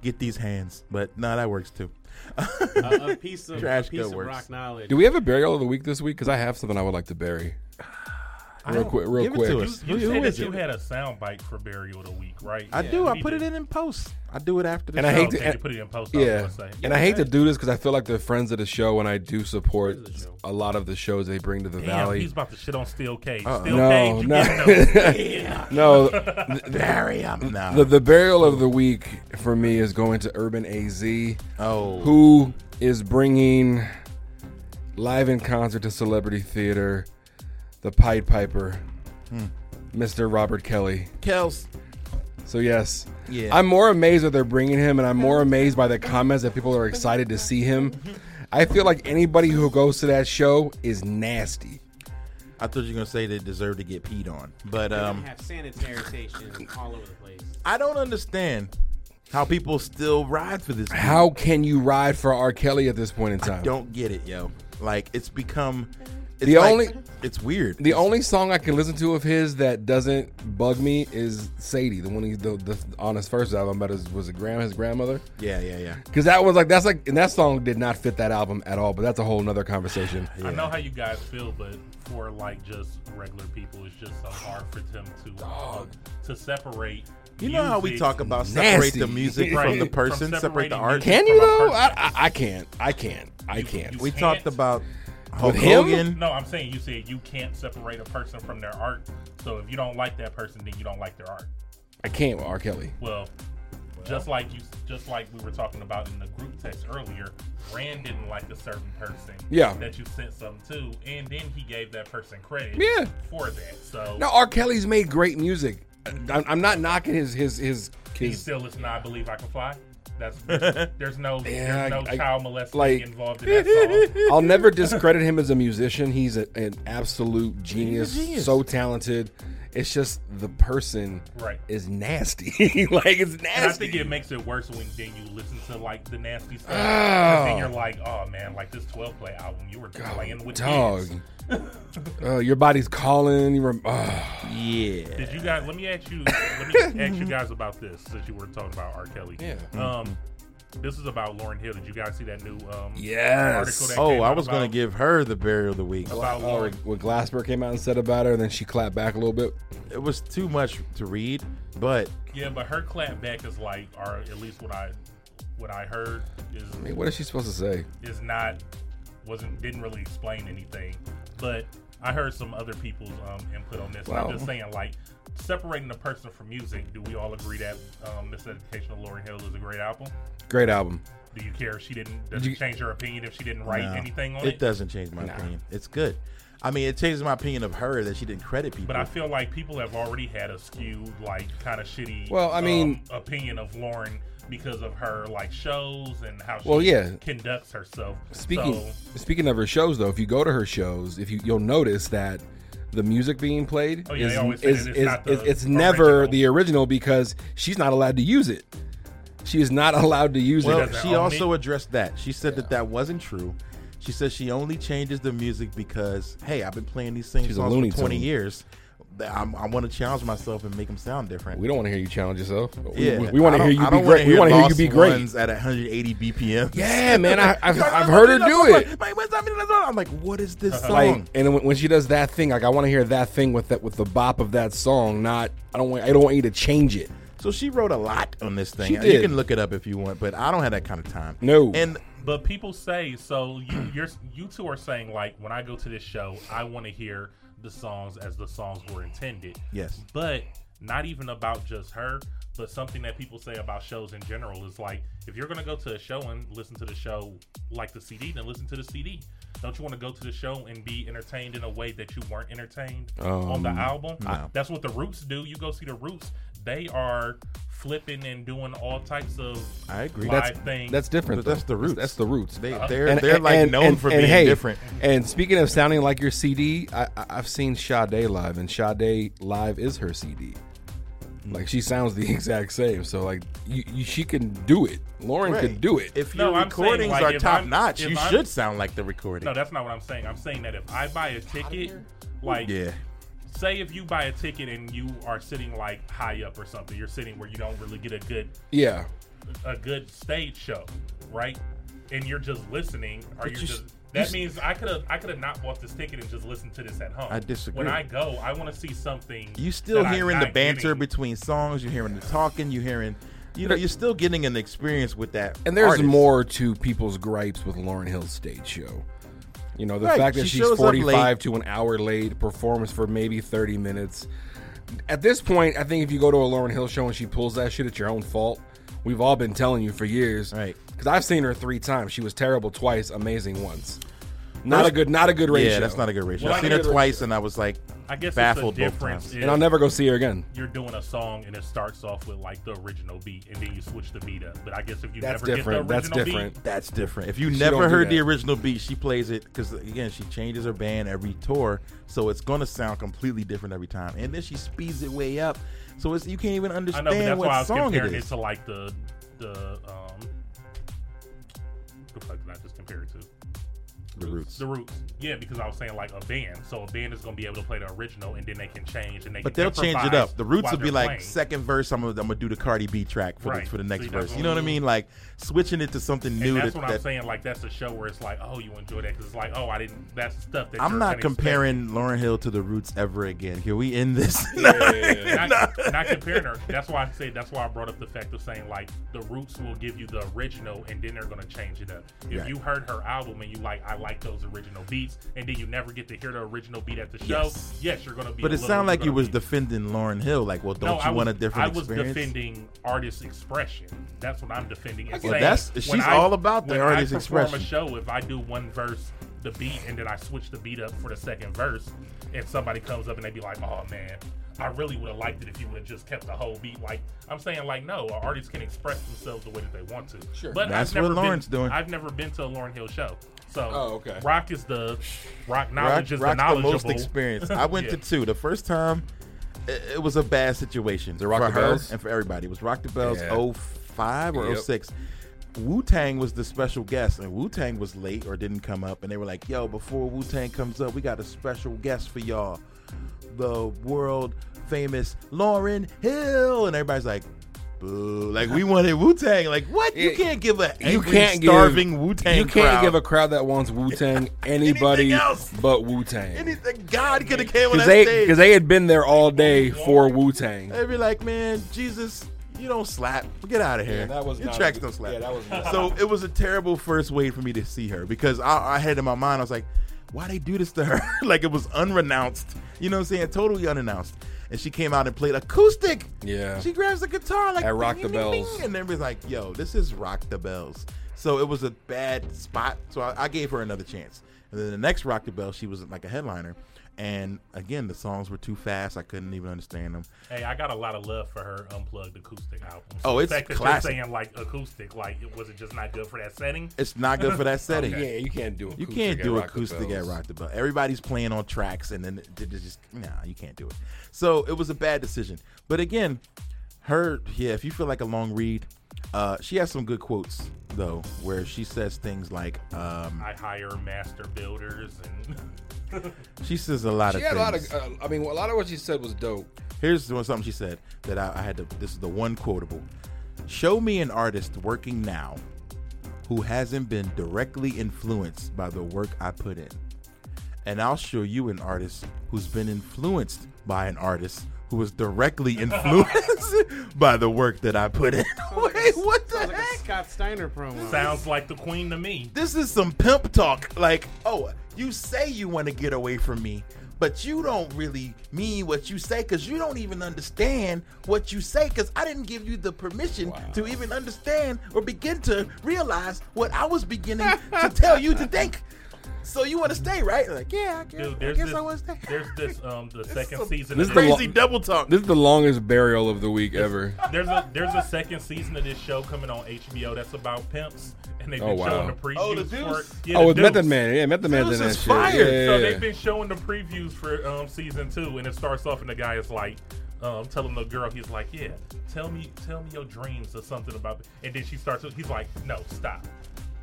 get these hands, but no, that works too. A, a piece of a Trash piece of good works. rock knowledge. Do we have a burial of the week this week? Because I have something I would like to bury. Real quick. Real Give it quick. to us. You Who- who said is that you it? had a sound bite for burial of the week, right? I do. You I need put to- it in in post. I do it after the And I show. hate Oh, to- okay, you put it in post. I was Yeah. gonna say. And I hate to do this because I feel like they're friends of the show, and I do support Friends of the show. a lot of the shows they bring to the Damn, valley. he's about to shit on Steel Cage. Uh-uh. Steel No, Cage, you no. getting those- No, Bury him now. the, the burial of the week for me is going to Urban AZ, oh, who is bringing live in concert to Celebrity Theater the Pied Piper, Mr. Robert Kelly. Kels. So yes, Yeah. I'm more amazed that they're bringing him, and I'm more amazed by the comments that people are excited to see him. I feel like anybody who goes to that show is nasty. I thought you were gonna say they deserve to get peed on, but They um, have sanitary stations all over the place. I don't understand how people still ride for this. dude. How can you ride for R. Kelly at this point in time? don't get it, yo? Like it's become. It's The like- only- It's weird. The only song I can listen to of his that doesn't bug me is Sadie, the one he the, the on his first album about his was it grand his grandmother. yeah, yeah, yeah. Because that was like that's like and that song did not fit that album at all. But that's a whole nother conversation. I know how you guys feel, but for like just regular people, it's just so hard for them to um, to separate. You know how we music talk about Nasty. separate the music Right. from the From person, separate the separating art. music. Can you From a though? I, person. I, I can't. I can't. I can't. We Can't. talked about Hulk With him? Hogan. No, I'm saying you said you can't separate a person from their art. So if you don't like that person, then you don't like their art. I can't with R. Kelly. Well, just like you, just like we were talking about in the group text earlier, Rand didn't like a certain person. Yeah. That you sent something to, and then he gave that person credit. Yeah. For that, so No, R. Kelly's made great music. I'm, I'm Uh, not knocking his his his he his. still listen to "I Believe I Can Fly." That's there's no Yeah, there's no I- I- child molesting like- involved in that song. I'll never discredit him as a musician. He's a, an absolute genius, genius. so talented. It's just the person Right. is nasty. like it's nasty. And I think it makes it worse when then you listen to like the nasty stuff. 'Cause Then you're like, oh man, like this 12 play album, you were playing with dog. kids. Uh, your body's calling. You rem- oh, Yeah. Did you guys? Let me ask you. Let me ask you guys about this since you were talking about R. Kelly. Yeah. mm-hmm. Um, this is about Lauren Hill. Did you guys see that new um article yes. that Oh, came I out was gonna about- give her the burial of the week. about Oh, Lauren? what Glassberg came out and said about her, and then she clapped back a little bit. It was too much to read, but Yeah, but her clap back is like, or at least what I what I heard is I mean, what is she supposed to say? is not wasn't didn't really explain anything. But I heard some other people's um, input on this. And I'm Wow. just saying, like separating the person from music. Do we all agree that um, Miseducation of Lauren Hill is a great album? Great album. Do you care if she didn't? Does it You- change her opinion if she didn't write no, anything on it it? doesn't change my opinion. It's good. I mean, it changes my opinion of her that she didn't credit people. But I feel like people have already had a skewed, like, kind of shitty. Well, I mean- um, opinion of Lauren because of her like shows and how she Well, yeah. conducts herself. Speaking So, speaking of her shows, though, if you go to her shows, if you you'll notice that the music being played Oh, yeah, they always is say is, is, that it's not the is- it's never original. the original because she's not allowed to use it. She is not allowed to use well, it. doesn't she own also it. addressed that. She said that that wasn't true. She said she only changes the music because, hey, I've been playing these things She's a for Looney 20 Tune. years. I'm, I want to challenge myself and make them sound different. We don't want to hear you challenge yourself. We- yeah, We, want I to hear don't- you I be don't wanna great. We want to hear you Lost be great. Ones at 180 BPM. Yeah, man, I, I've, I've heard her do it. I'm like, what is this Like, song? and then when, when she does that thing, like I want to hear that thing with that with the bop of that song. Not, I don't want, I don't want you to change it. So she wrote a lot on this thing. She You did. can look it up if you want, but I don't have that kind of time. No. And but people say so. You, you're you two are saying like when I go to this show, I want to hear the songs as the songs were intended. Yes. but not even about just her. But something that people say about shows in general is like, if you're gonna go to a show and listen to the show like the CD, then listen to the CD. Don't you want to go to the show and be entertained in a way that you weren't entertained on the album? Um, no. That's what the Roots do. You go see the Roots; they are flipping and doing all types of I agree. live That's- things. That's different. But that's though. the roots. That's the roots. they, Uh-huh. they're they're like known for and being hey, different. And speaking of sounding like your CD, I, I- I've seen Sade live, and Sade live is her CD. Hmm. Like she sounds the exact same. So like you, you she can do it. Lauren Right. could do it. If No, your I'm saying, recordings like, are if top I'm- notch, if you I'm- should sound like the recording. No, that's not what I'm saying. I'm saying that if I buy a ticket, like yeah. say if you buy a ticket and you are sitting like high up or something, you're sitting where you don't really get a good yeah. a good stage show, right? And you're just listening, or you're you just s- you that s- means I could have I could have not bought this ticket and just listened to this at home. I disagree. When I go, I want to see something. You still that I'm hearing the not banter getting. between songs. You're hearing the talking. You're hearing, you know, you're still getting an experience with that. And there's artist. more to people's gripes with Lauren Hill's stage show. You know, the Right, fact that she she's shows up 45 late. to an hour late, performs for maybe 30 minutes. At this point, I think if you go to a Lauren Hill show and she pulls that shit, it's your own fault. We've all been telling you for years. Right. Because I've seen her three times. She was terrible twice, amazing once. Not a First- good, not a good Yeah, ratio. that's not a good ratio. Well, I I've seen get her it. twice, and I was like, I guess baffled it's a both difference. times. if And I'll never go see her again. You're doing a song and it starts off with like the original beat, and then you switch the beat up. But I guess if you That's never different. get the That's original different. beat, That's different. If you don't do never heard the that. original beat, she plays it because again, she changes her band every tour, so it's gonna sound completely different every time. And then she speeds it way up, so it's you can't even I understand know, but that's why I what was song it comparing it, is. to like the the um. The fuck did I just compare it to? The roots. The Roots. Yeah, because I was saying like a band. So a band is gonna be able to play the original, and then they can change and they. But can they'll change it improvise up. The roots while will be they're like playing. second verse. I'm gonna, I'm gonna do the Cardi B track for Right. the, for the So next you verse. don't You know what I lose. mean? Like switching it to something new. And that's that- what I'm that- saying. Like that's a show where it's like, oh, you enjoy that because it's like, oh, I didn't. That's the stuff that I'm you're not gonna expect. comparing Lauren Hill to the Roots ever again. Can we end this? not, not comparing her. That's why I say. That's why I brought up the fact of saying like the Roots will give you the original, and then they're gonna change it up. If Right. you heard her album and you like, I like those original beats, and then you never get to hear the original beat at the show. Yes, Yes. you're gonna be. But a it little- sounded you're like you gonna was be- defending Lauren Hill. Like, well, don't no, you I was, want a different I was experience? defending artist expression. That's what I'm defending. and Well, saying that's- when she's I- all about the when artist I perform expression. A show, if I do one verse, the beat, and then I switch the beat up for the second verse, and somebody comes up and they be like, "Oh man, I really would have liked it if you would have just kept the whole beat. Like I'm saying, like no, artists can express themselves the way that they want to. Sure, but That's I've never what Lauren's been, doing. I've never been to a Lauren Hill show, so Oh, okay. Rock is the rock knowledge Rock, is the Rock's the, knowledgeable. most experienced. I went to Yeah. two. The first time, it, it was a bad situation Rock for the her Bells? and for everybody. It was Rock the Bells Yeah. oh five or oh Yep. six. 06. Wu Tang was the special guest, and Wu Tang was late or didn't come up. And they were like, yo, before Wu Tang comes up, we got a special guest for y'all. The world famous Lauren Hill. And everybody's like, Boo. Like we wanted Wu Tang. Like what? You Yeah. can't give a angry, You can't give- starving Wu Tang. You can't give a crowd that wants Wu Tang Anything anybody else. but Wu Tang. anything. God could have came on Because that they, stage. 'cause they had been there all day for Wu Tang. They'd be like, man, Jesus, you don't slap. Get out of here. Yeah, that was Your not a tracks good- don't slap. yeah, that was not- so it was a terrible first way for me to see her because I, I had in my mind, I was like, why they do this to her? like it was unrenounced. You know what I'm saying? Totally unannounced. And she came out and played acoustic. Yeah. She grabs the guitar like At Rock the ding, ding, ding, Bells. And everybody's like, yo, this is Rock the Bells. So it was a bad spot. So I, I gave her another chance. And then the next Rock the Bells, she was like a headliner. And again, the songs were too fast. I couldn't even understand them. Hey, I got a lot of love for her unplugged acoustic album. Oh, it's the fact that classic. you're saying like acoustic, like it was it just not good for that setting? It's not good for that setting. Oh, Yeah, you can't do You acoustic. can't at do Rock the acoustic at Bells. Rock the Bell. Everybody's playing on tracks, and then it- it just nah, you can't do it. So it was a bad decision. But again, her yeah, if you feel like a long read, uh, she has some good quotes though, where she says things like, um, I hire master builders and she says a lot She of had things. a lot of. Uh, I mean, a lot of what she said was dope. Here's the one- something she said that I, I had to. This is the one quotable. Show me an artist working now who hasn't been directly influenced by the work I put in, and I'll show you an artist who's been influenced by an artist who was directly influenced by the work that I put in. Wait, what the Sounds like a heck? Scott Steiner promo. sounds like the queen to me. This is some pimp talk. Like, oh, you say you want to get away from me, but you don't really mean what you say because you don't even understand what you say because I didn't give you the permission to even understand or begin to realize what I was beginning to tell you to think. So you want to stay, right? Like, yeah, I guess, Dude, I, there's guess this, I want to stay. there's this um the second some- season This of is the this- lo- Crazy double talk. This is the longest burial of the week ever. there's a there's a second season of this show coming on HBO that's about pimps and they've been Oh, wow. showing the previews Oh, the for Deuce? yeah, oh, the it's Method Deuce. Man. Yeah, Method Man Dude's did that is shit. fire. Yeah, So yeah, they've been showing the previews for um, season two, and it starts off and the guy is like, um, telling the girl, he's like, "Yeah, tell me, tell me your dreams or something about." it." And then she starts, he's like, "No, stop."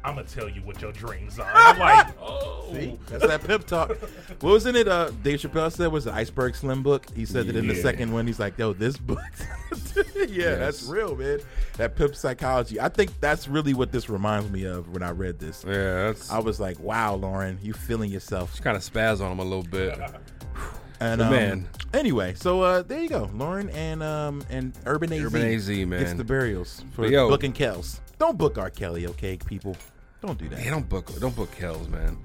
I'm gonna tell you what your dreams are. I'm like, oh, See? That's that pimp talk. Wasn't it uh Dave Chappelle said was the iceberg slim book? He said that in the Yeah. second one, he's like, yo, this book Yeah, that's Yes. real, man. That pimp psychology. I think that's really what this reminds me of when I read this. yeah. yeah that's. I was like, wow, Lauren, you feeling yourself. kind of spaz on him a little bit. And The um, man. Anyway, so uh there you go. Lauren and um and Urban AZ, Urban AZ, gets man. the burials for But yo- Book and Kels. Don't book R. Kelly, okay, people. Don't do that. Hey, don't book don't book Kells, man.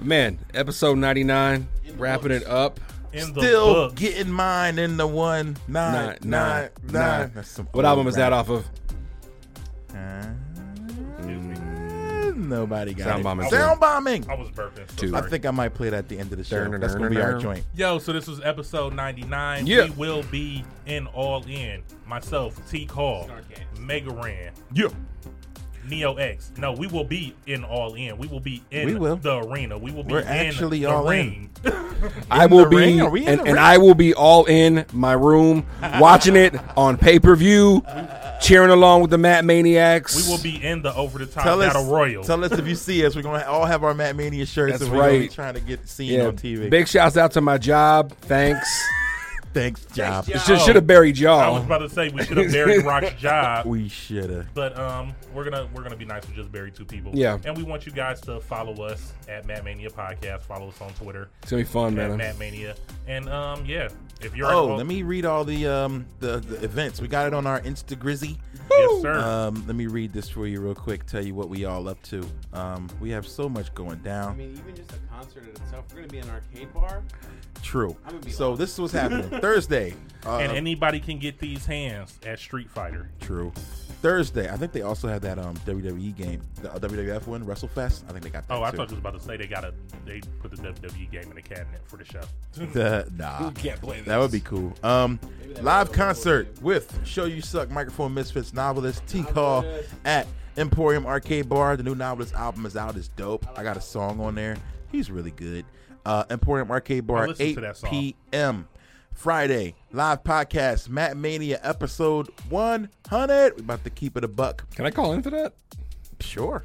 Man, episode ninety nine, wrapping it up. in the Still book. getting mine in the one nine Nine, nine, nine, nine. That's some What old album is rap. Eh, that off of? Excuse me, Mm. Nobody got Sound it. bombing. Sound bombing. I was burping. So Two. I sorry. think I might play that at the end of the show. Dun, That's gonna be dun, our dun. joint. Yo, so this was episode 99. Yeah. We will be in All In. Myself, T. Call, Snarkass. Mega Ran, Yeah. Neo X. No, we will be in All In. We will be in We will. the arena. We will be We're in actually the all in. ring. I will the be ring? Are we in and, the and ring? I will be all in my room watching it on pay per view, cheering along with the Matt Maniacs. We will be in the over the top Tell us, battle royal. tell us if you see us. We're gonna all have our Matt Mania shirts. That's and we're gonna be right. trying to get seen yeah. on TV. Big shouts out to my job. Thanks. thanks, job. job. Should should have buried I was y'all. about to say we should have buried Rock's job. We shoulda. But um, we're gonna we're gonna be nice and just bury two people. Yeah. and we want you guys to follow us at Matt Mania Podcast. Follow us on Twitter It's gonna be fun, at man. Matt Mania. And um, yeah, if you're Oh, in all- let me read all the um the, the events. We got it on our Instagrizzy. yes sir. Um, let me read this for you real quick. Tell you what we all up to. Um, we have so much going I down. mean, even just a concert in itself. We're gonna be in an arcade bar. True. I'm gonna be So lost. this is what's happening Thursday. Uh, and anybody can get these hands at Street Fighter. True. Thursday, I think they also have that um, WWE game, the uh, WWF one, WrestleFest. I think they got that Oh, I too. thought you was about to say they got a they put the WWE game in the cabinet for the show. The- nah, can't play that would be cool. Um, live concert with Show You Suck, Microphone Misfits, novelist T. Call at Emporium Arcade Bar. The new novelist album is out. It's dope. I got a song on there. He's really good. Uh, Emporium Arcade Bar, listened to 8 that song. p.m. Friday, live podcast, Matt Mania episode 100. we about to keep it a buck. Can I call in for that? Sure.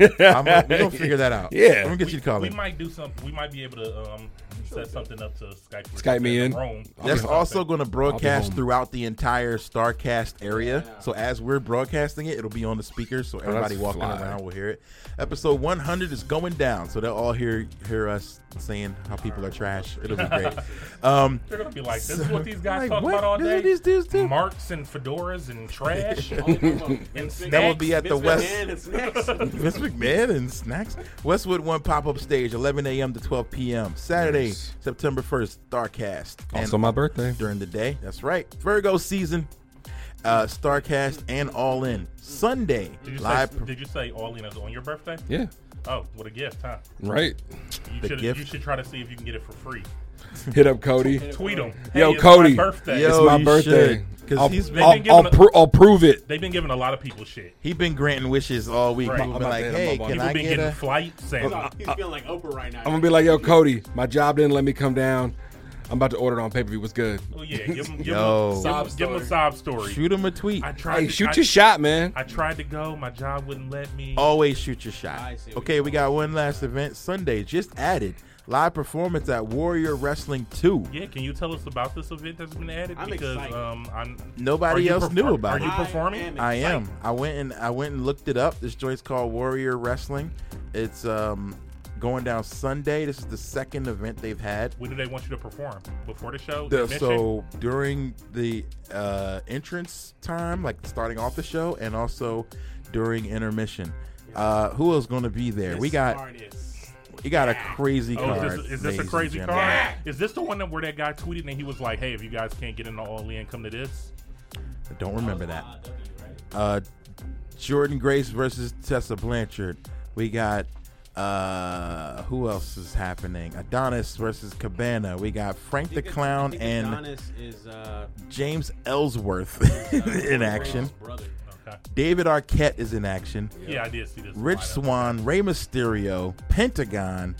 I'm, we're going to figure that out. Yeah. I'm going to get you to call We in. might do something. We might be able to um, set something up to Skype. with Skype me the in. Room. That's I'll be- also going to broadcast home. throughout the entire Starcast area. So as we're broadcasting it, it'll be on the speakers, so everybody walking Oh, fly. around will hear it. Episode 100 is going down, so they'll all hear hear us saying how people are trash. It'll be great. um, They're gonna be like, "This is what these Like, guys talk what? about all This is day." what these dudes do? Marks and fedoras and trash. and that will be snacks. at the Vince West. McMahon is next. Vince McMahon and snacks. Westwood One pop up stage, 11 a.m. to 12 p.m. Saturday, Nice. September 1st. Starcast. And Also my birthday. during the day. That's right. Virgo season, uh, Starcast, and All In. Sunday, Did you, live. say, did you say Orleans on your birthday? Yeah. Oh, what a gift, huh? Right. You The should gift. you should try to see if you can get it for free. Hit up Cody. Tweet them. Yo, Cody. birthday. Yo. it's Oh, my you birthday. should, 'cause I'll, he's- They've been I'll, giving I'll, a- pro- I'll prove it. They've been giving a lot of people shit. He's been granting wishes all week. Right. People I'm been not like, bad, I'm hey, not can bad. I People been get getting a? flights and Uh, He's feeling like Oprah right now. I'm gonna be like, yo, Cody, my job didn't let me come down. I'm about to order it on pay per view. What's good? oh yeah, give them give Yo. them give them a sob story. Shoot him a tweet. I tried. Hey, to, shoot I, your shot, man. I tried to go. My job wouldn't let me. Always shoot your shot. I see what Okay, we got one last event Sunday. Just added live performance at Warrior Wrestling Two. Yeah, can you tell us about this event that's been added? I'm because excited. um, I'm, Nobody Are you else knew perform- about it. Are you performing? I am I am. I went and I went and looked it up. This joint's called Warrior Wrestling. It's um going down Sunday. This is the second event they've had. When do they want you to perform? Before the show? The- Admission? so during the uh, entrance time, like starting off the show, and also during intermission. Uh, who is going to be there? we got we got a crazy Oh, card. is this, is this a ladies crazy and card? gentlemen. Is this the one that where that guy tweeted and he was like, "Hey, if you guys can't get into All In, come to this." I don't remember that. Uh, Jordan Grace versus Tessa Blanchard. We got uh, who else is happening? Adonis versus Cabana. We got Frank the Clown and Adonis is uh, James Ellsworth in Corey action. Graves' brother. Okay. David Arquette is in action. Yeah, I did see this. Rich lineup. Swan, Rey Mysterio, Pentagon,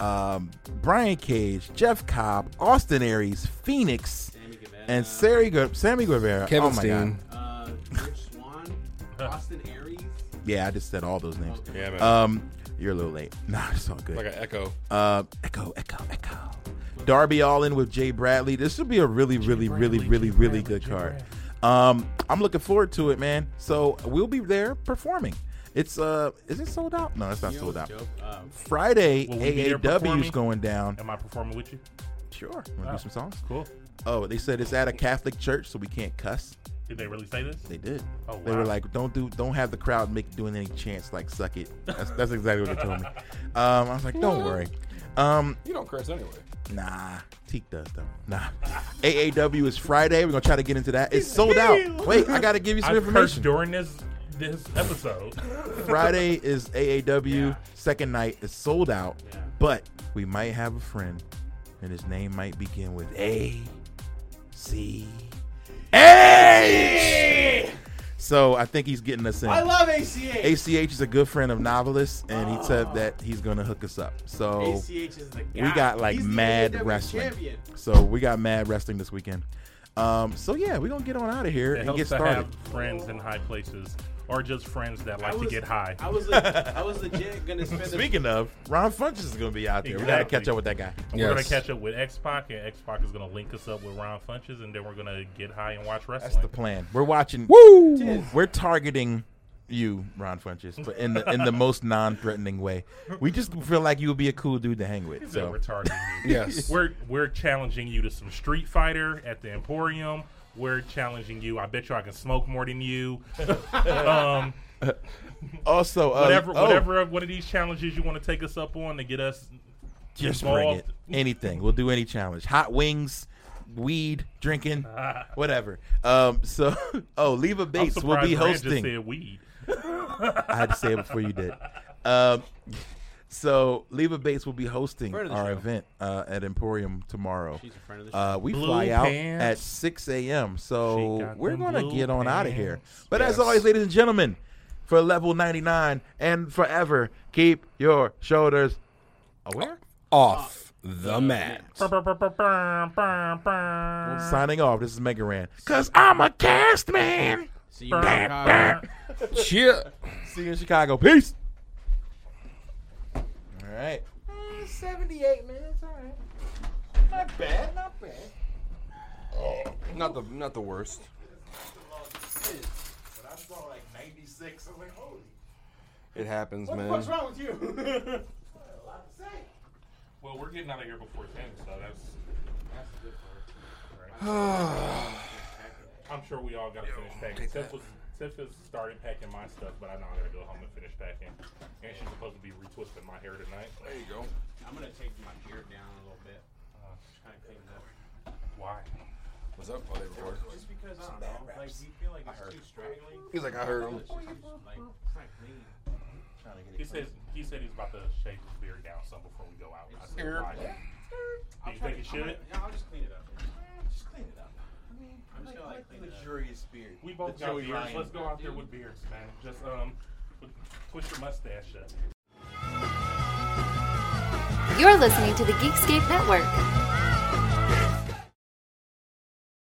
um, Brian Cage, Jeff Cobb, Austin Aries, Phoenix, Sammy Guevara. and Sari Gu- Sammy Guevara. Kevin oh my Steen. god! Uh, Rich Swan, Austin Aries. Yeah, I just said all those names. Okay. Yeah, man. Um, you're a little late. Nah, it's all good. like an echo. Uh, echo, echo, echo. Darby Allin with Jay Bradley. This should be a really, really, really, really, really good card. Um, I'm looking forward to it, man. So we'll be there performing. It's uh, is it sold out? No, it's not You know sold what's out. dope? Uh, Friday, Will we be there AAW's performing? going down. Am I performing with you? Sure, wanna Oh. do some songs? Cool. Oh, they said it's at a Catholic church, so we can't cuss. Did they really say this? They did. Oh, They were wow. like, "Don't do, don't have the crowd make doing any chants like suck it." That's, that's exactly what they told me. Um, I was like, "Don't worry." Um, You don't curse anyway. Nah, Teak does though. Nah. AAW is Friday. We're gonna try to get into that. It's sold out. Wait, I gotta give you some I've cursed information. during this this episode. Friday is AAW second night. It's sold out, Yeah. but we might have a friend, and his name might begin with A, C, H. So I think he's getting us in. I love ACH. ACH is a good friend of novelists, and he Oh. said that he's gonna hook us up. So. ACH is the guy. We got like He's the mad AEW wrestling. champion. So we got mad wrestling this weekend. Um, so yeah, we're gonna get on out of here It and helps get to started. have friends in high places, or just friends that I like was- to get high. I was, le- I was legit gonna spend. the- Speaking of, Ron Funches is gonna be out there. We gotta Exactly. catch up with that guy. We're gonna Yes. catch up with X Pac, and X Pac is gonna link us up with Ron Funches, and then we're gonna get high and watch wrestling. That's the plan. We're watching. Woo! We're targeting you, Ron Funches, but in the in the most non-threatening way. We just feel like you would be a cool dude to hang with. So So we're targeting you. Yes. We're we're challenging you to some Street Fighter at the Emporium. We're challenging you. I bet you I can smoke more than you. um, also, uh, whatever, oh, whatever one of these challenges you want to take us up on to get us Just bring involved. it. Anything. We'll do any challenge. Hot wings, weed, drinking, whatever. Um. So, oh, Leva I'm Bates will surprised be Rand just hosting. said weed. I had to say it before you did. Um, so Leva Bates will be hosting Friend of the our show. event uh, at Emporium tomorrow. She's a friend of the Uh, we Blue fly out pants. at 6 a.m. She So got we're them going to blue get on out of here. pants. But as Yes. always, ladies and gentlemen, for level 99 and forever, keep your shoulders aware. Off the mat. Signing off. This is Megaran. Because I'm a cast man. See you in Chicago. Cheer. See you in Chicago. Peace. All right. 78 minutes. All right. Not bad. Not bad. Not the not the worst. But I saw like 96. I was like, holy. It happens, man. wrong with you? Well, we're getting out of here before 10, so that's. I'm sure we all got to finish packing. Tiff, was, Tiff has started packing my stuff, but I know I got to go home and finish packing. And she's supposed to be retwisting my hair tonight. There you go. I'm gonna take my beard down a little bit. Uh, just kind of clean it up. Why? What's up? Oh, they record. Just because I don't know, like you feel like it's too straggly. He's like, I heard him. It's just, like it's not clean. He says he said he's about to shave his beard down some before we go out. I said, Err. why? Do you I'm think he should? gonna- No, I'll just clean it up. Just clean it up. I mean, I'm just gonna like clean it up. luxurious beard. We The both got Joey beards. Ryan. Let's go out there with beards, man. Just um, twist your mustache up. You're listening to the Geekscape Network.